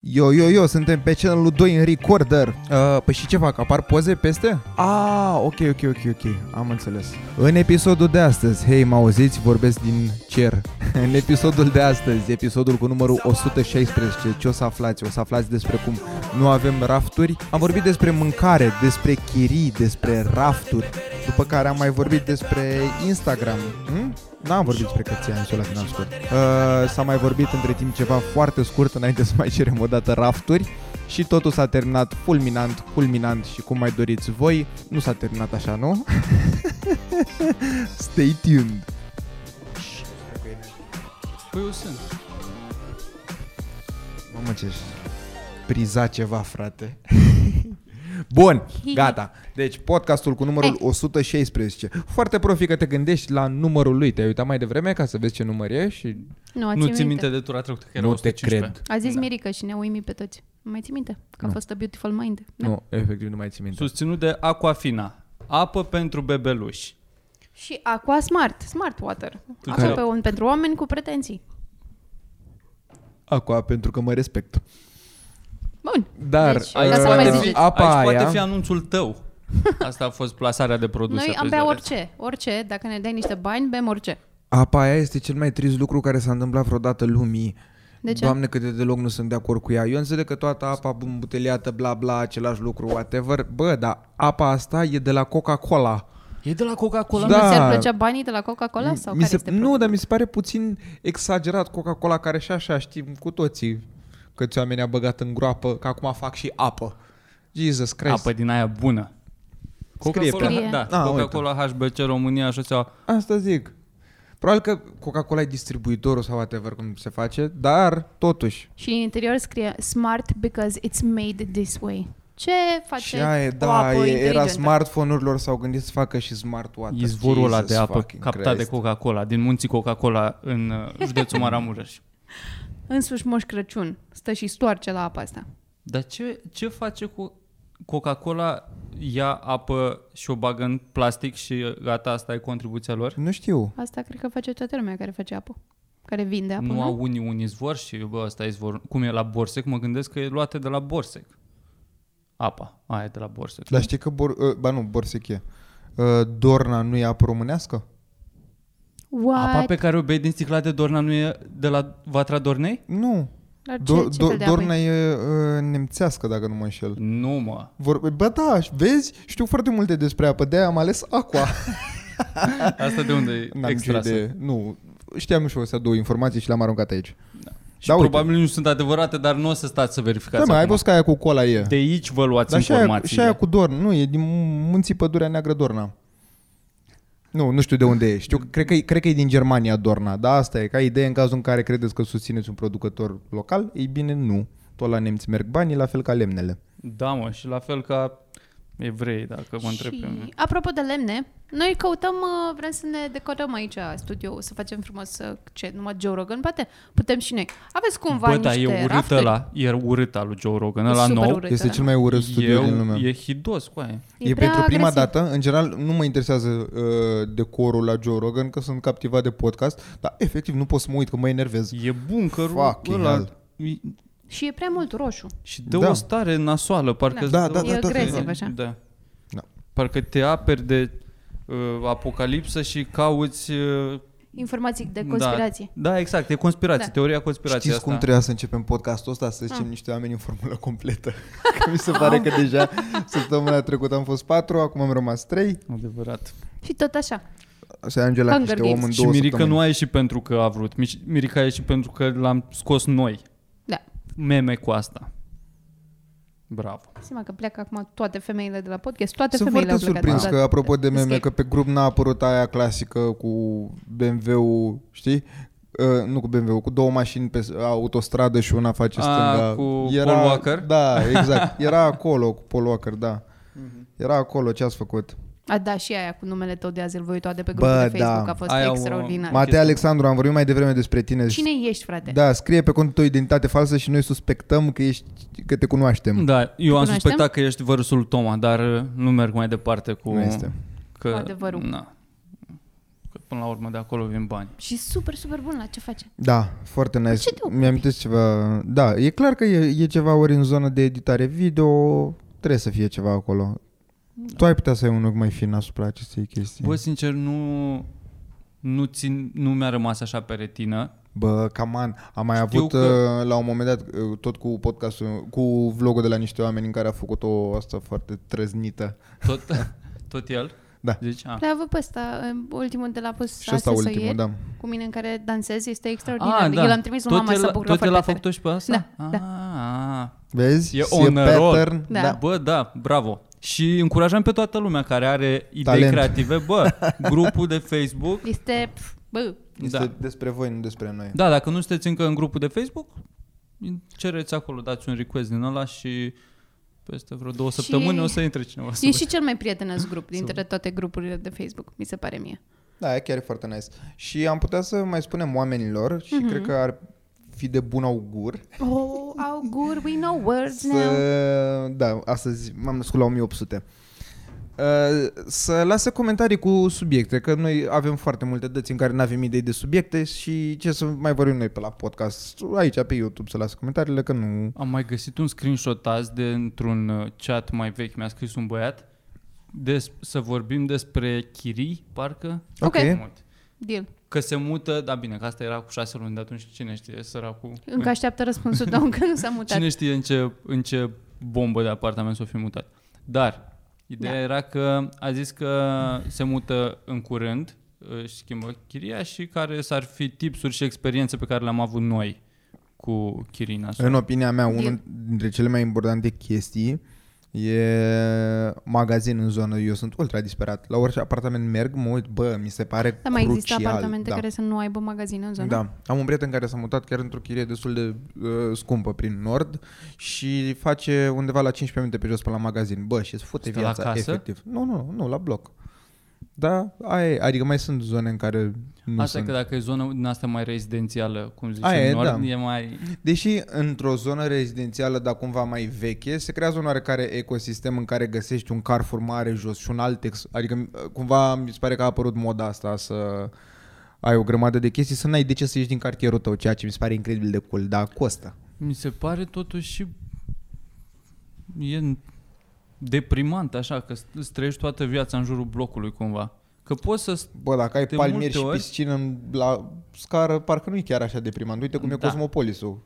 Yo, yo, yo, suntem pe channelul 2 în recorder. Uh, păi și ce fac? Apar poze peste? Ah, ok, ok, ok, ok, am înțeles. În episodul de astăzi, hei, mă auziți, vorbesc din cer. în episodul de astăzi, episodul cu numărul 116, ce o să aflați? O să aflați despre cum nu avem rafturi. Am vorbit despre mâncare, despre chirii, despre rafturi, după care am mai vorbit despre Instagram. Hm? N-am vorbit despre căția în la final scurt. Uh, s-a mai vorbit între timp ceva foarte scurt înainte să mai cerem o dată rafturi și totul s-a terminat fulminant, culminant și cum mai doriți voi. Nu s-a terminat așa, nu? Stay tuned! Păi eu sunt. Mamă ce priza ceva, frate. Bun, gata. Deci podcastul cu numărul 116. Foarte profi că te gândești la numărul lui. Te-ai uitat mai devreme ca să vezi ce număr e și Nu, Nu ți minte de tura trecută, că era Nu te 115. cred. A zis Da. da. Mirica și ne uimi pe toți. Nu Mai ții minte? Că a Nu. fost a beautiful mind. Da. nu, efectiv nu mai țin minte. Susținut de Aquafina. Apă pentru bebeluși. Și Aqua Smart, Smart Water. Tu Acum ce- pe un, pentru oameni cu pretenții. Acum, pentru că mă respect. Bun. Dar Deci, uh, ca să nu mai ziceți. apa aici aia... poate fi anunțul tău. Asta a fost plasarea de produse. Noi pe am bea zăreț. orice, orice, dacă ne dai niște bani, bem orice. Apa aia este cel mai trist lucru care s-a întâmplat vreodată lumii. De ce? Doamne, cât de deloc nu sunt de acord cu ea. Eu înțeleg că toată apa îmbuteliată, bla bla, același lucru, whatever. Bă, dar apa asta e de la Coca-Cola. E de la Coca-Cola? Și Da. nu ți-ar plăcea banii de la Coca-Cola? Sau mi care se, este nu, problema? dar mi se pare puțin exagerat Coca-Cola, care și așa știm cu toții că ți oamenii a băgat în groapă, că acum fac și apă. Jesus Christ. Apă din aia bună. Scrie. Da, Ah, Coca-Cola, HBC, România, șoseaua. Asta zic. Probabil că Coca-Cola e distribuitorul sau whatever cum se face, dar totuși. Și în interior scrie smart because it's made this way. Ce face Și aia, e, o da, apă e, era inteligentă? smartphone-urilor s-au gândit să facă și smart water. Izvorul ăla Jesus de apă fucking captat de Christ. Coca-Cola, din munții Coca-Cola în uh, județul Maramureș. Însuși Moș Crăciun stă și stoarce la apa asta. Dar ce, ce face cu Coca-Cola ia apă și o bagă în plastic și gata, asta e contribuția lor? Nu știu. Asta cred că face toată lumea care face apă. Care vinde apă, nu? nu au unii un izvor și bă, ăsta e izvor. Cum e la Borsec, mă gândesc că e luată de la Borsec. Apa, aia e de la Borsec. Dar știi că, bor, uh, ba nu, Borsec e. Uh, Dorna nu e apă românească? What? Apa pe care o bei din sticla de Dorna nu e de la Vatra Dornei? Nu. Dar ce, Do- ce do- fel de apă Dorna e? e uh, nemțească, dacă nu mă înșel. Nu, mă. Vor, bă, da, vezi? Știu foarte multe despre apă, de-aia am ales aqua. Asta de unde e N-am nicio extrasă? idee. Nu, știam și eu să două informații și le-am aruncat aici. Și Da, uite. probabil nu sunt adevărate, dar nu o să stați să verificați Da, mă, ai acum. văzut că aia cu cola e. De aici vă luați Dar și aia, și informațiile. aia cu Dorn, nu, e din munții Pădurea Neagră Dorna. Nu, nu știu de unde e. Știu, că- cred că, e- cred că e din Germania Dorna, dar asta e ca idee în cazul în care credeți că susțineți un producător local, ei bine, nu. Tot la nemți merg banii, la fel ca lemnele. Da, mă, și la fel ca evrei, dacă mă întreb pe mine. Și apropo de lemne, noi căutăm, uh, vrem să ne decorăm aici studioul, să facem frumos, uh, ce, numai Joe Rogan, poate putem și noi. Aveți cumva Bă, niște da, e urât rafturi? ăla, e urât al lui Joe Rogan, E ăla super nou. urât Este ăla. cel mai urât studiu Eu- din lume. E hidos, cu aia. E, e da. prea pentru prima agresiv. dată, în general nu mă interesează uh, decorul la Joe Rogan, că sunt captivat de podcast, dar efectiv nu pot să mă uit, că mă enervez. E buncărul Fucking ăla. hell. e- Și e prea mult roșu. Și dă Da. o stare nasoală, parcă... Da, da, E da, da, da. agresiv, așa. Da. Da. Parcă te aperi de uh, apocalipsă și cauți... Uh, Informații de conspirație. Da, da exact, e conspirație, Da. teoria conspirației Știți asta. cum trebuia să începem podcastul ăsta? Să Ah. zicem niște oameni în formulă completă. Că mi se pare că deja săptămâna trecută am fost patru, acum am rămas trei. Adevărat. Și tot așa. Se ajunge la Hunger niște om Games. în două și Mirica săptămâni. nu a ieșit pentru că a vrut. Mici- Mirica a ieșit pentru că l-am scos noi. Da. Meme cu asta. Bravo. Seama că pleacă acum toate femeile de la podcast, toate Sunt femeile foarte au plecat. surprins Da. că, apropo de meme, Escape. că pe grup n-a apărut aia clasică cu BMW-ul, știi? Uh, nu cu BMW, cu două mașini pe s- autostradă și una face A, stânga. cu Paul Walker? Da, exact. Era acolo cu Paul Walker, da. Mhm. Era acolo, ce ați făcut? A, da, și aia cu numele tău de azi îl voi toate pe Bă, grupul de da. Facebook. A fost Aia o- extraordinar. Ma- Matei chestia. Alexandru, am vorbit mai devreme despre tine. Da. Cine ești, frate? Da, scrie pe contul tău identitate falsă și noi suspectăm că, ești, că te cunoaștem. Da, eu am cunoaștem? suspectat că ești vărusul Toma, dar uh, nu merg mai departe cu... Nu este. Că, Cu adevărul. Na, că până la urmă de acolo vin bani. Și super, super bun la ce face. Da, foarte nice. ce te ocupi? Mi-am ceva... Da, e clar că e, e ceva ori în zona de editare video, trebuie să fie ceva acolo. Da. Tu ai putea să ai un ochi mai fin asupra acestei chestii. Bă, sincer, nu, nu, țin, nu mi-a rămas așa pe retină. Bă, caman, am mai Știu avut că- că... la un moment dat, uh, tot cu podcastul, cu vlogul de la niște oameni în care a făcut o asta foarte trăznită. Tot, tot el? Da. Deci, a. L-ai avut pe păi ăsta, ultimul de la pus Și ăsta astăzi sau ultimul, ieri, da. cu mine în care dansez, este extraordinar. Ah, da. Eu l-am trimis lui Tot mama el- să bucură Tot el a foarte făcut tare. și pe asta? Da, da. Ah, Vezi? E on a roll. pattern. Da. da. Bă, da, bravo. Și încurajăm pe toată lumea care are idei Talent. creative, bă, grupul de Facebook. Este, pf, bă, Este Da. despre voi, nu despre noi. Da, dacă nu sunteți încă în grupul de Facebook, cereți acolo, dați un request din ăla și peste vreo două Și- săptămâni o să intre cineva. să e vă- și cel mai prietenos grup dintre toate grupurile de Facebook, mi se pare mie. Da, e chiar e foarte nice. Și am putea să mai spunem oamenilor și mm-hmm. cred că ar fi de bun augur Oh, augur, we know words now. să... Da, astăzi m-am născut la 1800. Uh, Să lasă comentarii cu subiecte, că noi avem foarte multe dăți în care nu avem idei de subiecte și ce să mai vorbim noi pe la podcast, aici pe YouTube să lasă comentariile, că nu... Am mai găsit un screenshot azi de într-un uh, chat mai vechi, mi-a scris un băiat, des- să vorbim despre chirii, parcă. Ok. Mult. Deal. Că se mută, da bine, că asta era cu șase luni de atunci, cine știe, săracul. Încă așteaptă răspunsul tău, încă nu s-a mutat. Cine știe în ce, în ce bombă de apartament s-o fi mutat. Dar ideea Da. da. era că a zis că se mută în curând, își schimbă chiria și care s-ar fi tipsuri și experiențe pe care le-am avut noi cu chirina. În opinia mea, Eu- unul dintre cele mai importante chestii e magazin în zonă. Eu sunt ultra disperat. La orice apartament merg, mă uit, bă, mi se pare Dar mai crucial. există apartamente da. care să nu aibă magazine în zonă? Da. Am un prieten care s-a mutat chiar într-o chirie destul de uh, scumpă prin nord și face undeva la 15 minute pe jos pe la magazin. Bă, și îți fute Stă la viața, casă? efectiv. Nu, nu, nu, la bloc. Da, aia e. adică mai sunt zone în care nu Asta sunt. că dacă e zona din asta mai rezidențială, cum zice Aia e, Aia, Nord, da. da. e mai... Deși într-o zonă rezidențială, dar cumva mai veche, se creează un oarecare ecosistem în care găsești un Carrefour mare jos și un Altex. Adică cumva mi se pare că a apărut moda asta să ai o grămadă de chestii, să n-ai de ce să ieși din cartierul tău, ceea ce mi se pare incredibil de cool, dar costă. Mi se pare totuși și... E deprimant așa, că îți trăiești toată viața în jurul blocului cumva. Că poți să Bă, dacă ai De palmieri multe și ori- piscină în- la scară, parcă nu e chiar așa deprimant. Uite cum e Da. Cosmopolisul.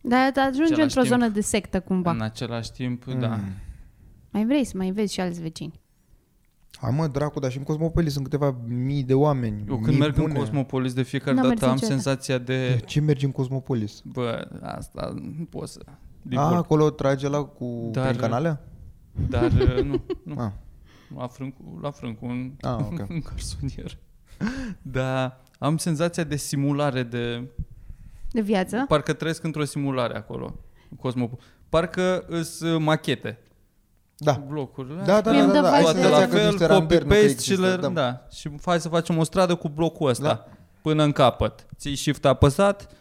Dar da, ajungi Același într-o timp. zonă de sectă cumva. În același timp, mm. da. Mai vrei să mai vezi și alți vecini. Hai mă, dracu, dar și în Cosmopolis sunt câteva mii de oameni. Eu când mii merg bune. în Cosmopolis de fiecare N-am mers dată am niciodată. senzația de... Ce mergi în Cosmopolis? Bă, asta nu pot să... A, Divor, acolo trage la cu Dar- prin canalea? dar uh, nu, nu. Ah. La frân, cu- la frân cu un, Ah, ok. un garsonier. Dar am senzația de simulare de... De viață? Parcă trăiesc într-o simulare acolo. în Cosmopol. Parcă îs uh, machete. Da. Blocurile. Da, da, Mi-am da, da, dat da. vibe ai Toate de- senzația la că fel, niște ramberi nu că copy-paste și există, le... Da. Și hai să facem o stradă cu blocul ăsta. Da. Până în capăt. Ții shift apăsat,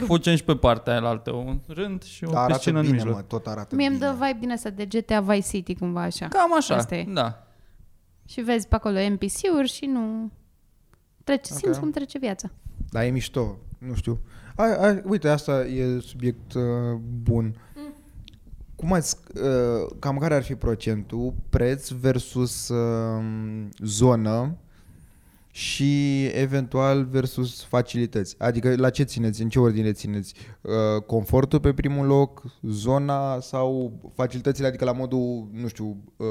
fugem și pe partea aia la altă. Un rând și o Dar Da, arată piscină în bine, mijloc. mă, tot arată Mie îmi bine. dă vibe din asta de GTA Vice City cumva așa. Cam așa, Asta e. da. Și vezi pe acolo NPC-uri și nu... Trece, okay. simți cum trece viața. Da, e mișto, nu știu. Ai, ai, uite, asta e subiect uh, bun. Mm. Cum ați, uh, cam care ar fi procentul preț versus uh, zonă și eventual versus facilități? Adică la ce țineți, în ce ordine țineți? Uh, confortul pe primul loc, zona sau facilitățile, adică la modul, nu știu, uh,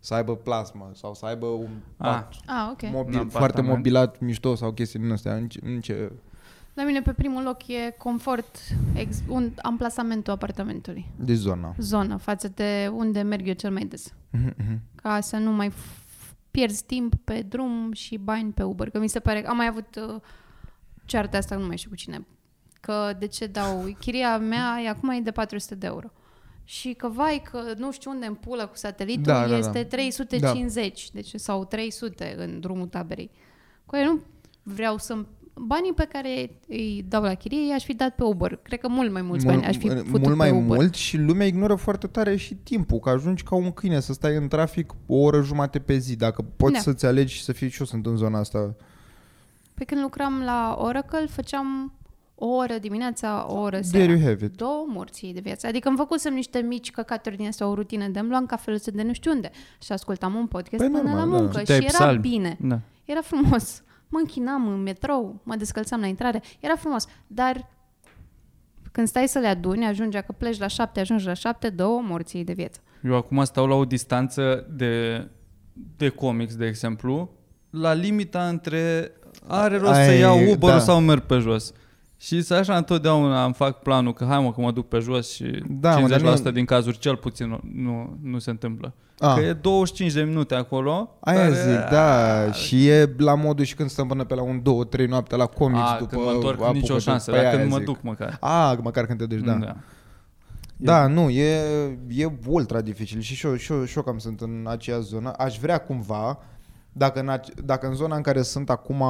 să aibă plasmă sau să aibă un Ah. pat Ah, ok. mobil, Un apartament. foarte mobilat, mișto sau chestii din astea. În ce, în ce... La mine pe primul loc e confort, ex, un, amplasamentul apartamentului. De zona. zonă față de unde merg eu cel mai des. Ca să nu mai f- pierzi timp pe drum și bani pe Uber. Că mi se pare că am mai avut uh, cearta asta, nu mai știu cu cine. Că de ce dau... Chiria mea e, acum e de 400 de euro. Și că vai, că nu știu unde în pulă cu satelitul, Da, da, da. este 350 deci, sau 300 în drumul taberei. Cu aia nu vreau să banii pe care îi dau la chirie, i-aș fi dat pe Uber. Cred că mult mai mulți bani aș fi Mul- putut mult mai pe Uber. mult și lumea ignoră foarte tare și timpul, că ajungi ca un câine să stai în trafic o oră jumate pe zi, dacă poți Da. să-ți alegi și să fii și eu sunt în zona asta. Pe Păi când lucram la Oracle, făceam o oră dimineața, o oră There seara. you have it. Două morții de viață. Adică îmi făcusem niște mici căcaturi din asta, o rutină de îmi luam cafeluțe de nu știu unde și ascultam un podcast Păi până normal, la da. muncă și Citeai era psalmi. bine. Da. Era frumos. Mă închinam în metrou, mă descălțam la intrare. Era frumos. Dar când stai să le aduni, ajungea că pleci la șapte, ajungi la șapte, două morții de viață. Eu acum stau la o distanță de, de comics, de exemplu, la limita între are rost să Ai, iau Uber da. da. sau merg pe jos. Și să așa întotdeauna îmi fac planul că hai mă că mă duc pe jos și Da, da, mă, dar 50% nu- mă, din cazuri cel puțin nu, nu, nu se întâmplă. A. A. Că e 25 de minute acolo. Ah, Aia care- zic, da, și e la modul și când stăm până pe la un, două, trei noapte la comics A, după Ah, când mă întorc apucă nicio de- șansă, Păi dar aia când mă zic. duc măcar. A, măcar când te duci, da. da. Da, nu, e, e ultra dificil și și-o, și-o, și-o cam sunt în aceeași zonă. Aș vrea cumva, dacă în, ace- dacă în zona în care sunt acum,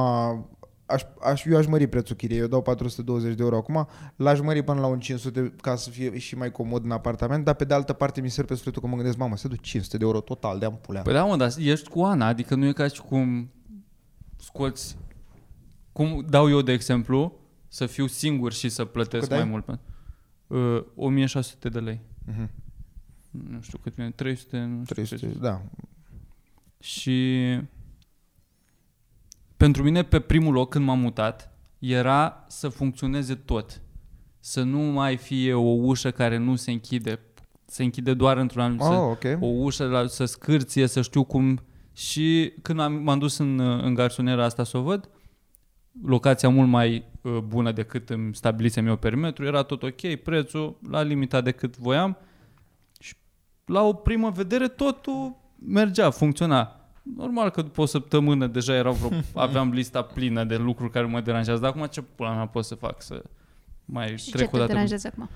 aș, aș, eu aș mări prețul chiriei, eu dau 420 de euro acum, l-aș mări până la un 500 ca să fie și mai comod în apartament, dar pe de altă parte mi se pe sufletul că mă gândesc, mamă, se duc 500 de euro total de ampulea. Păi da, mă, dar ești cu Ana, adică nu e ca și cum scoți... Cum dau eu, de exemplu, să fiu singur și să plătesc Cât ai? mai mult. pe- Uh, 1600 de lei. Mhm. Nu știu cât vine, 300, nu știu 300, 300. da. Și pentru mine, pe primul loc, când m-am mutat, era să funcționeze tot. Să nu mai fie o ușă care nu se închide. Se închide doar într-un anumit Oh, ok. o ușă la, să scârție, să știu cum. Și când am, m-am dus în, uh, în garsoniera asta să o văd, locația mult mai uh, bună decât îmi stabilisem eu perimetru, era tot ok, prețul la limita de cât voiam și la o primă vedere totul mergea, funcționa. Normal că după o săptămână deja erau vreo, aveam lista plină de lucruri care mă deranjează, dar acum ce pula mea pot să fac să mai Și trec ce o te dată? deranjează acum?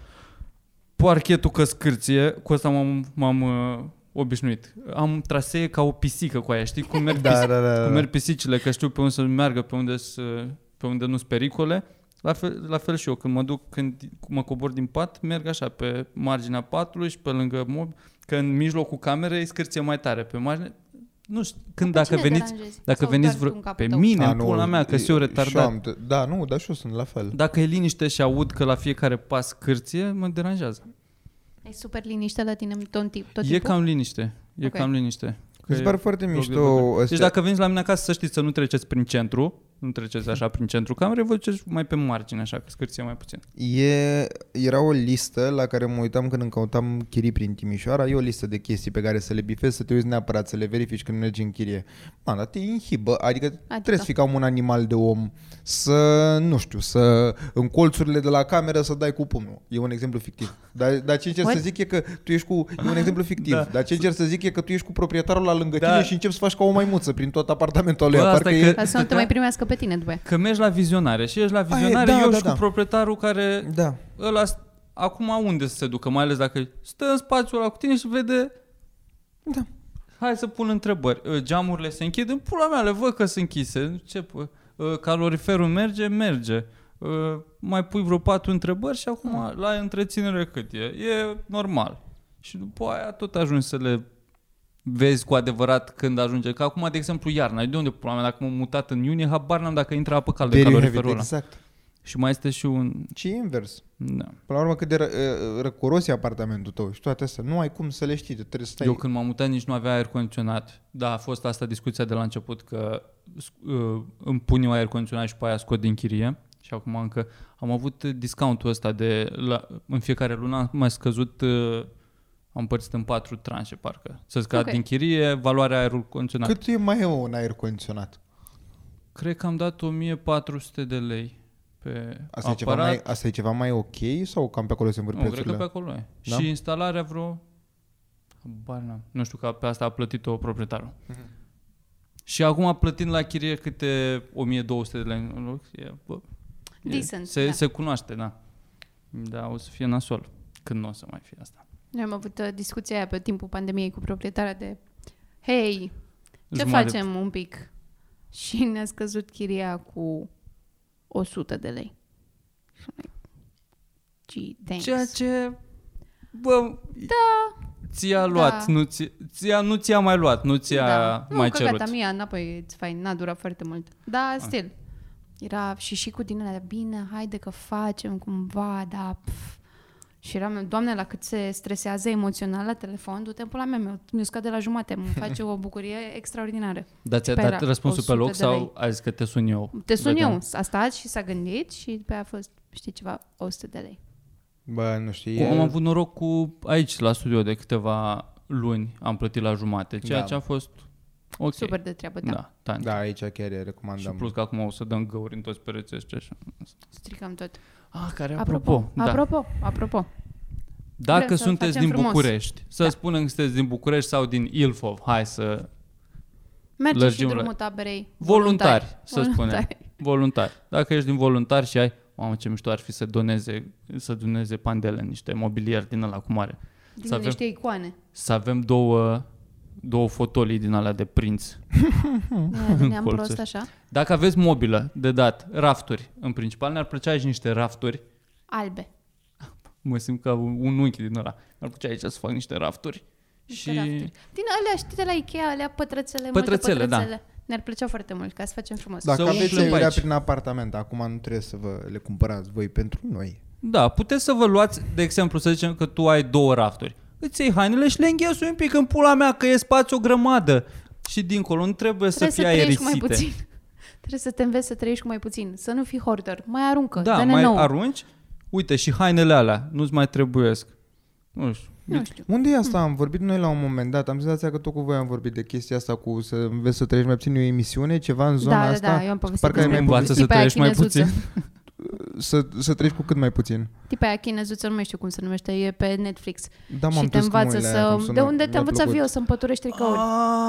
parchetul că scârție, cu asta m-am, m-am uh, obișnuit. Am trasee ca o pisică cu aia, știi? Cum merg, da, Da, pisic, da, da, da. da. cum merg pisicile, că știu pe unde să meargă, pe unde, să, pe unde nu-s pericole. La fel, la fel și eu, când mă duc, când mă cobor din pat, merg așa, pe marginea patului și pe lângă mob, că în mijlocul camerei scârție mai tare. Pe margine, nu știu, când Pe dacă cine veniți, deranjezi? dacă Sau veniți doar tu vreo, în capul pe tău? mine, A, în pula mea, că Ah, e- sunt eu și eu retardat. am t- Da, nu, dar și eu sunt la fel. Dacă e liniște și aud că la fiecare pas scârție, mă deranjează. Ai super liniște la tine tot, tip, tot e timpul? cam liniște. E Ok. okay. cam liniște. Mi se pare e foarte loc de mișto văzut. ăsta. Deci dacă veniți la mine acasă, să știți să nu treceți prin centru, nu treceți așa prin centru camerei, vă duceți mai pe margine, așa, că scârție mai puțin. E, era o listă la care mă uitam când îmi căutam chirii prin Timișoara, e o listă de chestii pe care să le bifezi, să te uiți neapărat, să le verifici când mergi în chirie. Man, dar te inhibă, adică trebuie să fii ca un animal de om, să, nu știu, să în colțurile de la cameră să dai cu pumnul. E un exemplu fictiv. Dar, dar ce încerc What? să zic e că tu ești cu... E un exemplu fictiv. Da. Da. Dar ce încerc să zic e că tu ești cu proprietarul la lângă Da. tine și începi să faci ca o maimuță prin tot apartamentul Bă, lui. asta Parcă că- e... Ca să nu te mai primească pe tine după aia. Că mergi la vizionare și ești la e, vizionare, da, eu da, și da. cu proprietarul care Da. ăla, acum unde să se ducă, mai ales dacă stă în spațiul ăla cu tine și vede Da. Hai să pun întrebări. Uh, Geamurile se închid? În pula mea, le văd că se închise. Ce, pă- uh, caloriferul merge? Merge. Uh, Mai pui vreo patru întrebări și acum la întreținere cât e? E normal. Și după aia tot ajungi să le vezi cu adevărat când ajunge. Că acum, de exemplu, iarna. De unde, pula mea, dacă m-am mutat în iunie, habar n-am dacă intră apă caldă în Very caloriferul heavy, ăla. Exact. Și mai este și un... Ce e invers? Da. Până la urmă cât de ră, ră- răcoros e apartamentul tău și toate astea. Nu ai cum să le știi, trebuie să stai... Eu când m-am mutat nici nu avea aer condiționat. Da, a fost asta discuția de la început că sc- uh, îmi pun eu aer condiționat și pe aia scot din chirie. Și acum încă am avut discountul ăsta de la, în fiecare lună am mai scăzut uh, am împărțit în patru tranșe parcă. Să scad Ok. okay. din chirie valoarea aerului condiționat. Cât? Cât e mai e mă, un aer condiționat? Cred că am dat 1400 de lei pe Asta, e ceva aparat. mai, asta e ceva mai ok sau cam pe acolo se îmbur Nu, cred că prețurile? pe acolo e. Da? Da? Și instalarea vreo... Habar n-am. Nu știu că pe asta a plătit-o proprietarul. Mhm. Și acum plătind la chirie câte 1200 de lei în loc, e, bă, e, Decent, se, da. se cunoaște, da. Da, o să fie nasol când nu o să mai fie asta. Noi am avut uh, discuția aia pe timpul pandemiei cu proprietarea de Hei, ce Jumătate- facem un pic? Și ne-a scăzut chiria cu 100 de lei. Și I'm like, Gee, thanks. Ceea ce... Bă, da. Ți-a luat, Da. nu ți- ți-a, nu ți-a mai luat, nu ți-a nu, mai căcata cerut. Ah. mea, înapoi, it's fine, n-a durat foarte mult. Da, still. Era și și cu din alea, bine, haide că facem cumva, da, pf. Și eram, doamne, la cât se stresează emoțional la telefon, du-te în pula mea, mi-o- mi-o scade la jumate, îmi face o bucurie extraordinară. Dar ți-a Păi dat era răspunsul pe 100 loc de lei. sau ai zis că te sun eu? Te sun Vedem. eu, a stat și s-a gândit și pe aia a fost, știi ceva, 100 de lei. Bă, nu știi. Cu, am avut noroc cu aici, la studio, de câteva luni am plătit la jumate, ceea Da. ce a fost ok. Super de treabă, da. Da, da, Da, aici chiar e recomandam. Și plus că acum o să dăm găuri în toți pereții ăștia. și- Stricăm tot. Ah, care apropo, Apropo, apropo, da. apropo, apropo. Dacă Vrem să sunteți facem din frumos. Da. București, să spunem că sunteți din București sau din Ilfov, hai să... Merge și Lărgim drumul taberei. Voluntari, să Voluntari. spunem. Voluntari. Dacă ești din voluntari și ai... Mamă, ce mișto ar fi să doneze, să doneze pandele, niște mobilier din ăla cu mare. Din Să avem- niște icoane. Să avem două, două fotolii din alea de prinț. Ne-am Colțuri. prost așa. Dacă aveți mobilă de dat, rafturi, în principal ne-ar plăcea și niște rafturi. Albe. Mă simt ca un un unchi din ăla. Mi-ar plăcea aici să fac niște rafturi. Niște și rafturi. Din alea, știi, de la Ikea, alea pătrățele, Pătrățele, pătrățele, da. pătrățele. Ne-ar plăcea foarte mult, ca să facem frumos. Dacă să aveți umplem pe eurea aici. prin apartament, acum nu trebuie să vă le cumpărați voi pentru noi. Da, puteți să vă luați, de exemplu, să zicem că tu ai două rafturi. Îți iei hainele și le înghesui un pic în pula mea, că e spațiu o grămadă. Și dincolo nu trebuie, să fie trăiești cu mai aerisite. puțin. Trebuie să te înveți să trăiești cu mai puțin, să nu fii hoarder. Mai aruncă, Da, dă-ne mai nouă. arunci. Uite, și hainele alea nu-ți mai trebuiesc. Nu știu. Nu știu. Unde e asta? Am vorbit noi la un moment dat, am senzația că tot cu voi am vorbit de chestia asta cu să înveți să trăiești mai puțin, e o emisiune, ceva în zona da, asta, da, da, eu am povestit Parcă ai despre mai Învață povestit. să tipa aia trăiești mai puțin. chinezuță. să, să trăiești cu cât mai puțin. Tipa aia chinezuță, nu mai știu cum se numește, e pe Netflix. Da, m-am și te dus cu învață mâinile aia, să... cum sună, de unde mi-a te învăț plăcut. avion să împăturești tricouri? Ah,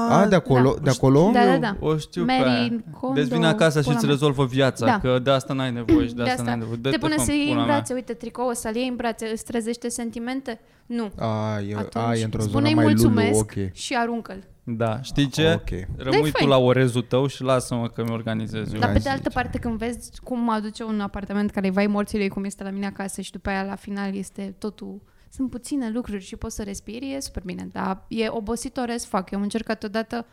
Ah, A, de acolo, Da. de acolo? Da, da, da. O știu pe Mary aia. Kondo, Deci vine acasă și pula îți mea. rezolvă viața, Da. că de asta n-ai nevoie și de, asta, n-ai nevoie. te pune pun, să iei pula în mea. brațe, uite, tricou, să-l iei în brațe, îți trezește sentimente? Nu. A, e, a, Atunci, e într-o zonă spune-i mai mulțumesc lulu, ok. și aruncă-l. Da, știi ce? ok. Rămâi tu fain. la orezul tău și lasă-mă că mi-organizez eu. Dar pe Hai de să altă parte, când vezi cum mă aduce un apartament care e vai morții lui, cum este la mine acasă și după aia la final este totul sunt puține lucruri și poți să respiri, e super bine, dar e obositor as fac. Eu am încercat odată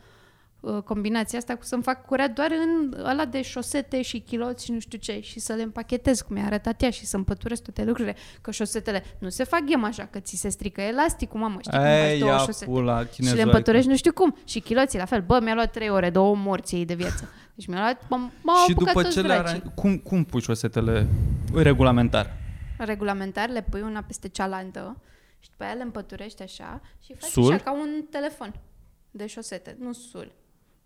uh, combinația asta cu să-mi fac curat doar în ăla de șosete și chiloți și nu știu ce și să le împachetez cum mi-a arătat ea și să împăturesc toate lucrurile, că șosetele nu se fac gem așa, că ți se strică elasticul, mamă, știi cum faci două ia șosete. pula Și chinezoică. le împăturești nu știu cum. Și chiloții la fel. Bă, mi-a luat trei ore, două morți ei de viață. Deci mi-a luat, m-am m-au Și apucat după toți ce le dracii. aran- cum, cum pui șosetele regulamentar? Regulamentar le pui una peste cealaltă și după aia le împăturești așa și faci Sul? așa ca un telefon de șosete, nu sul.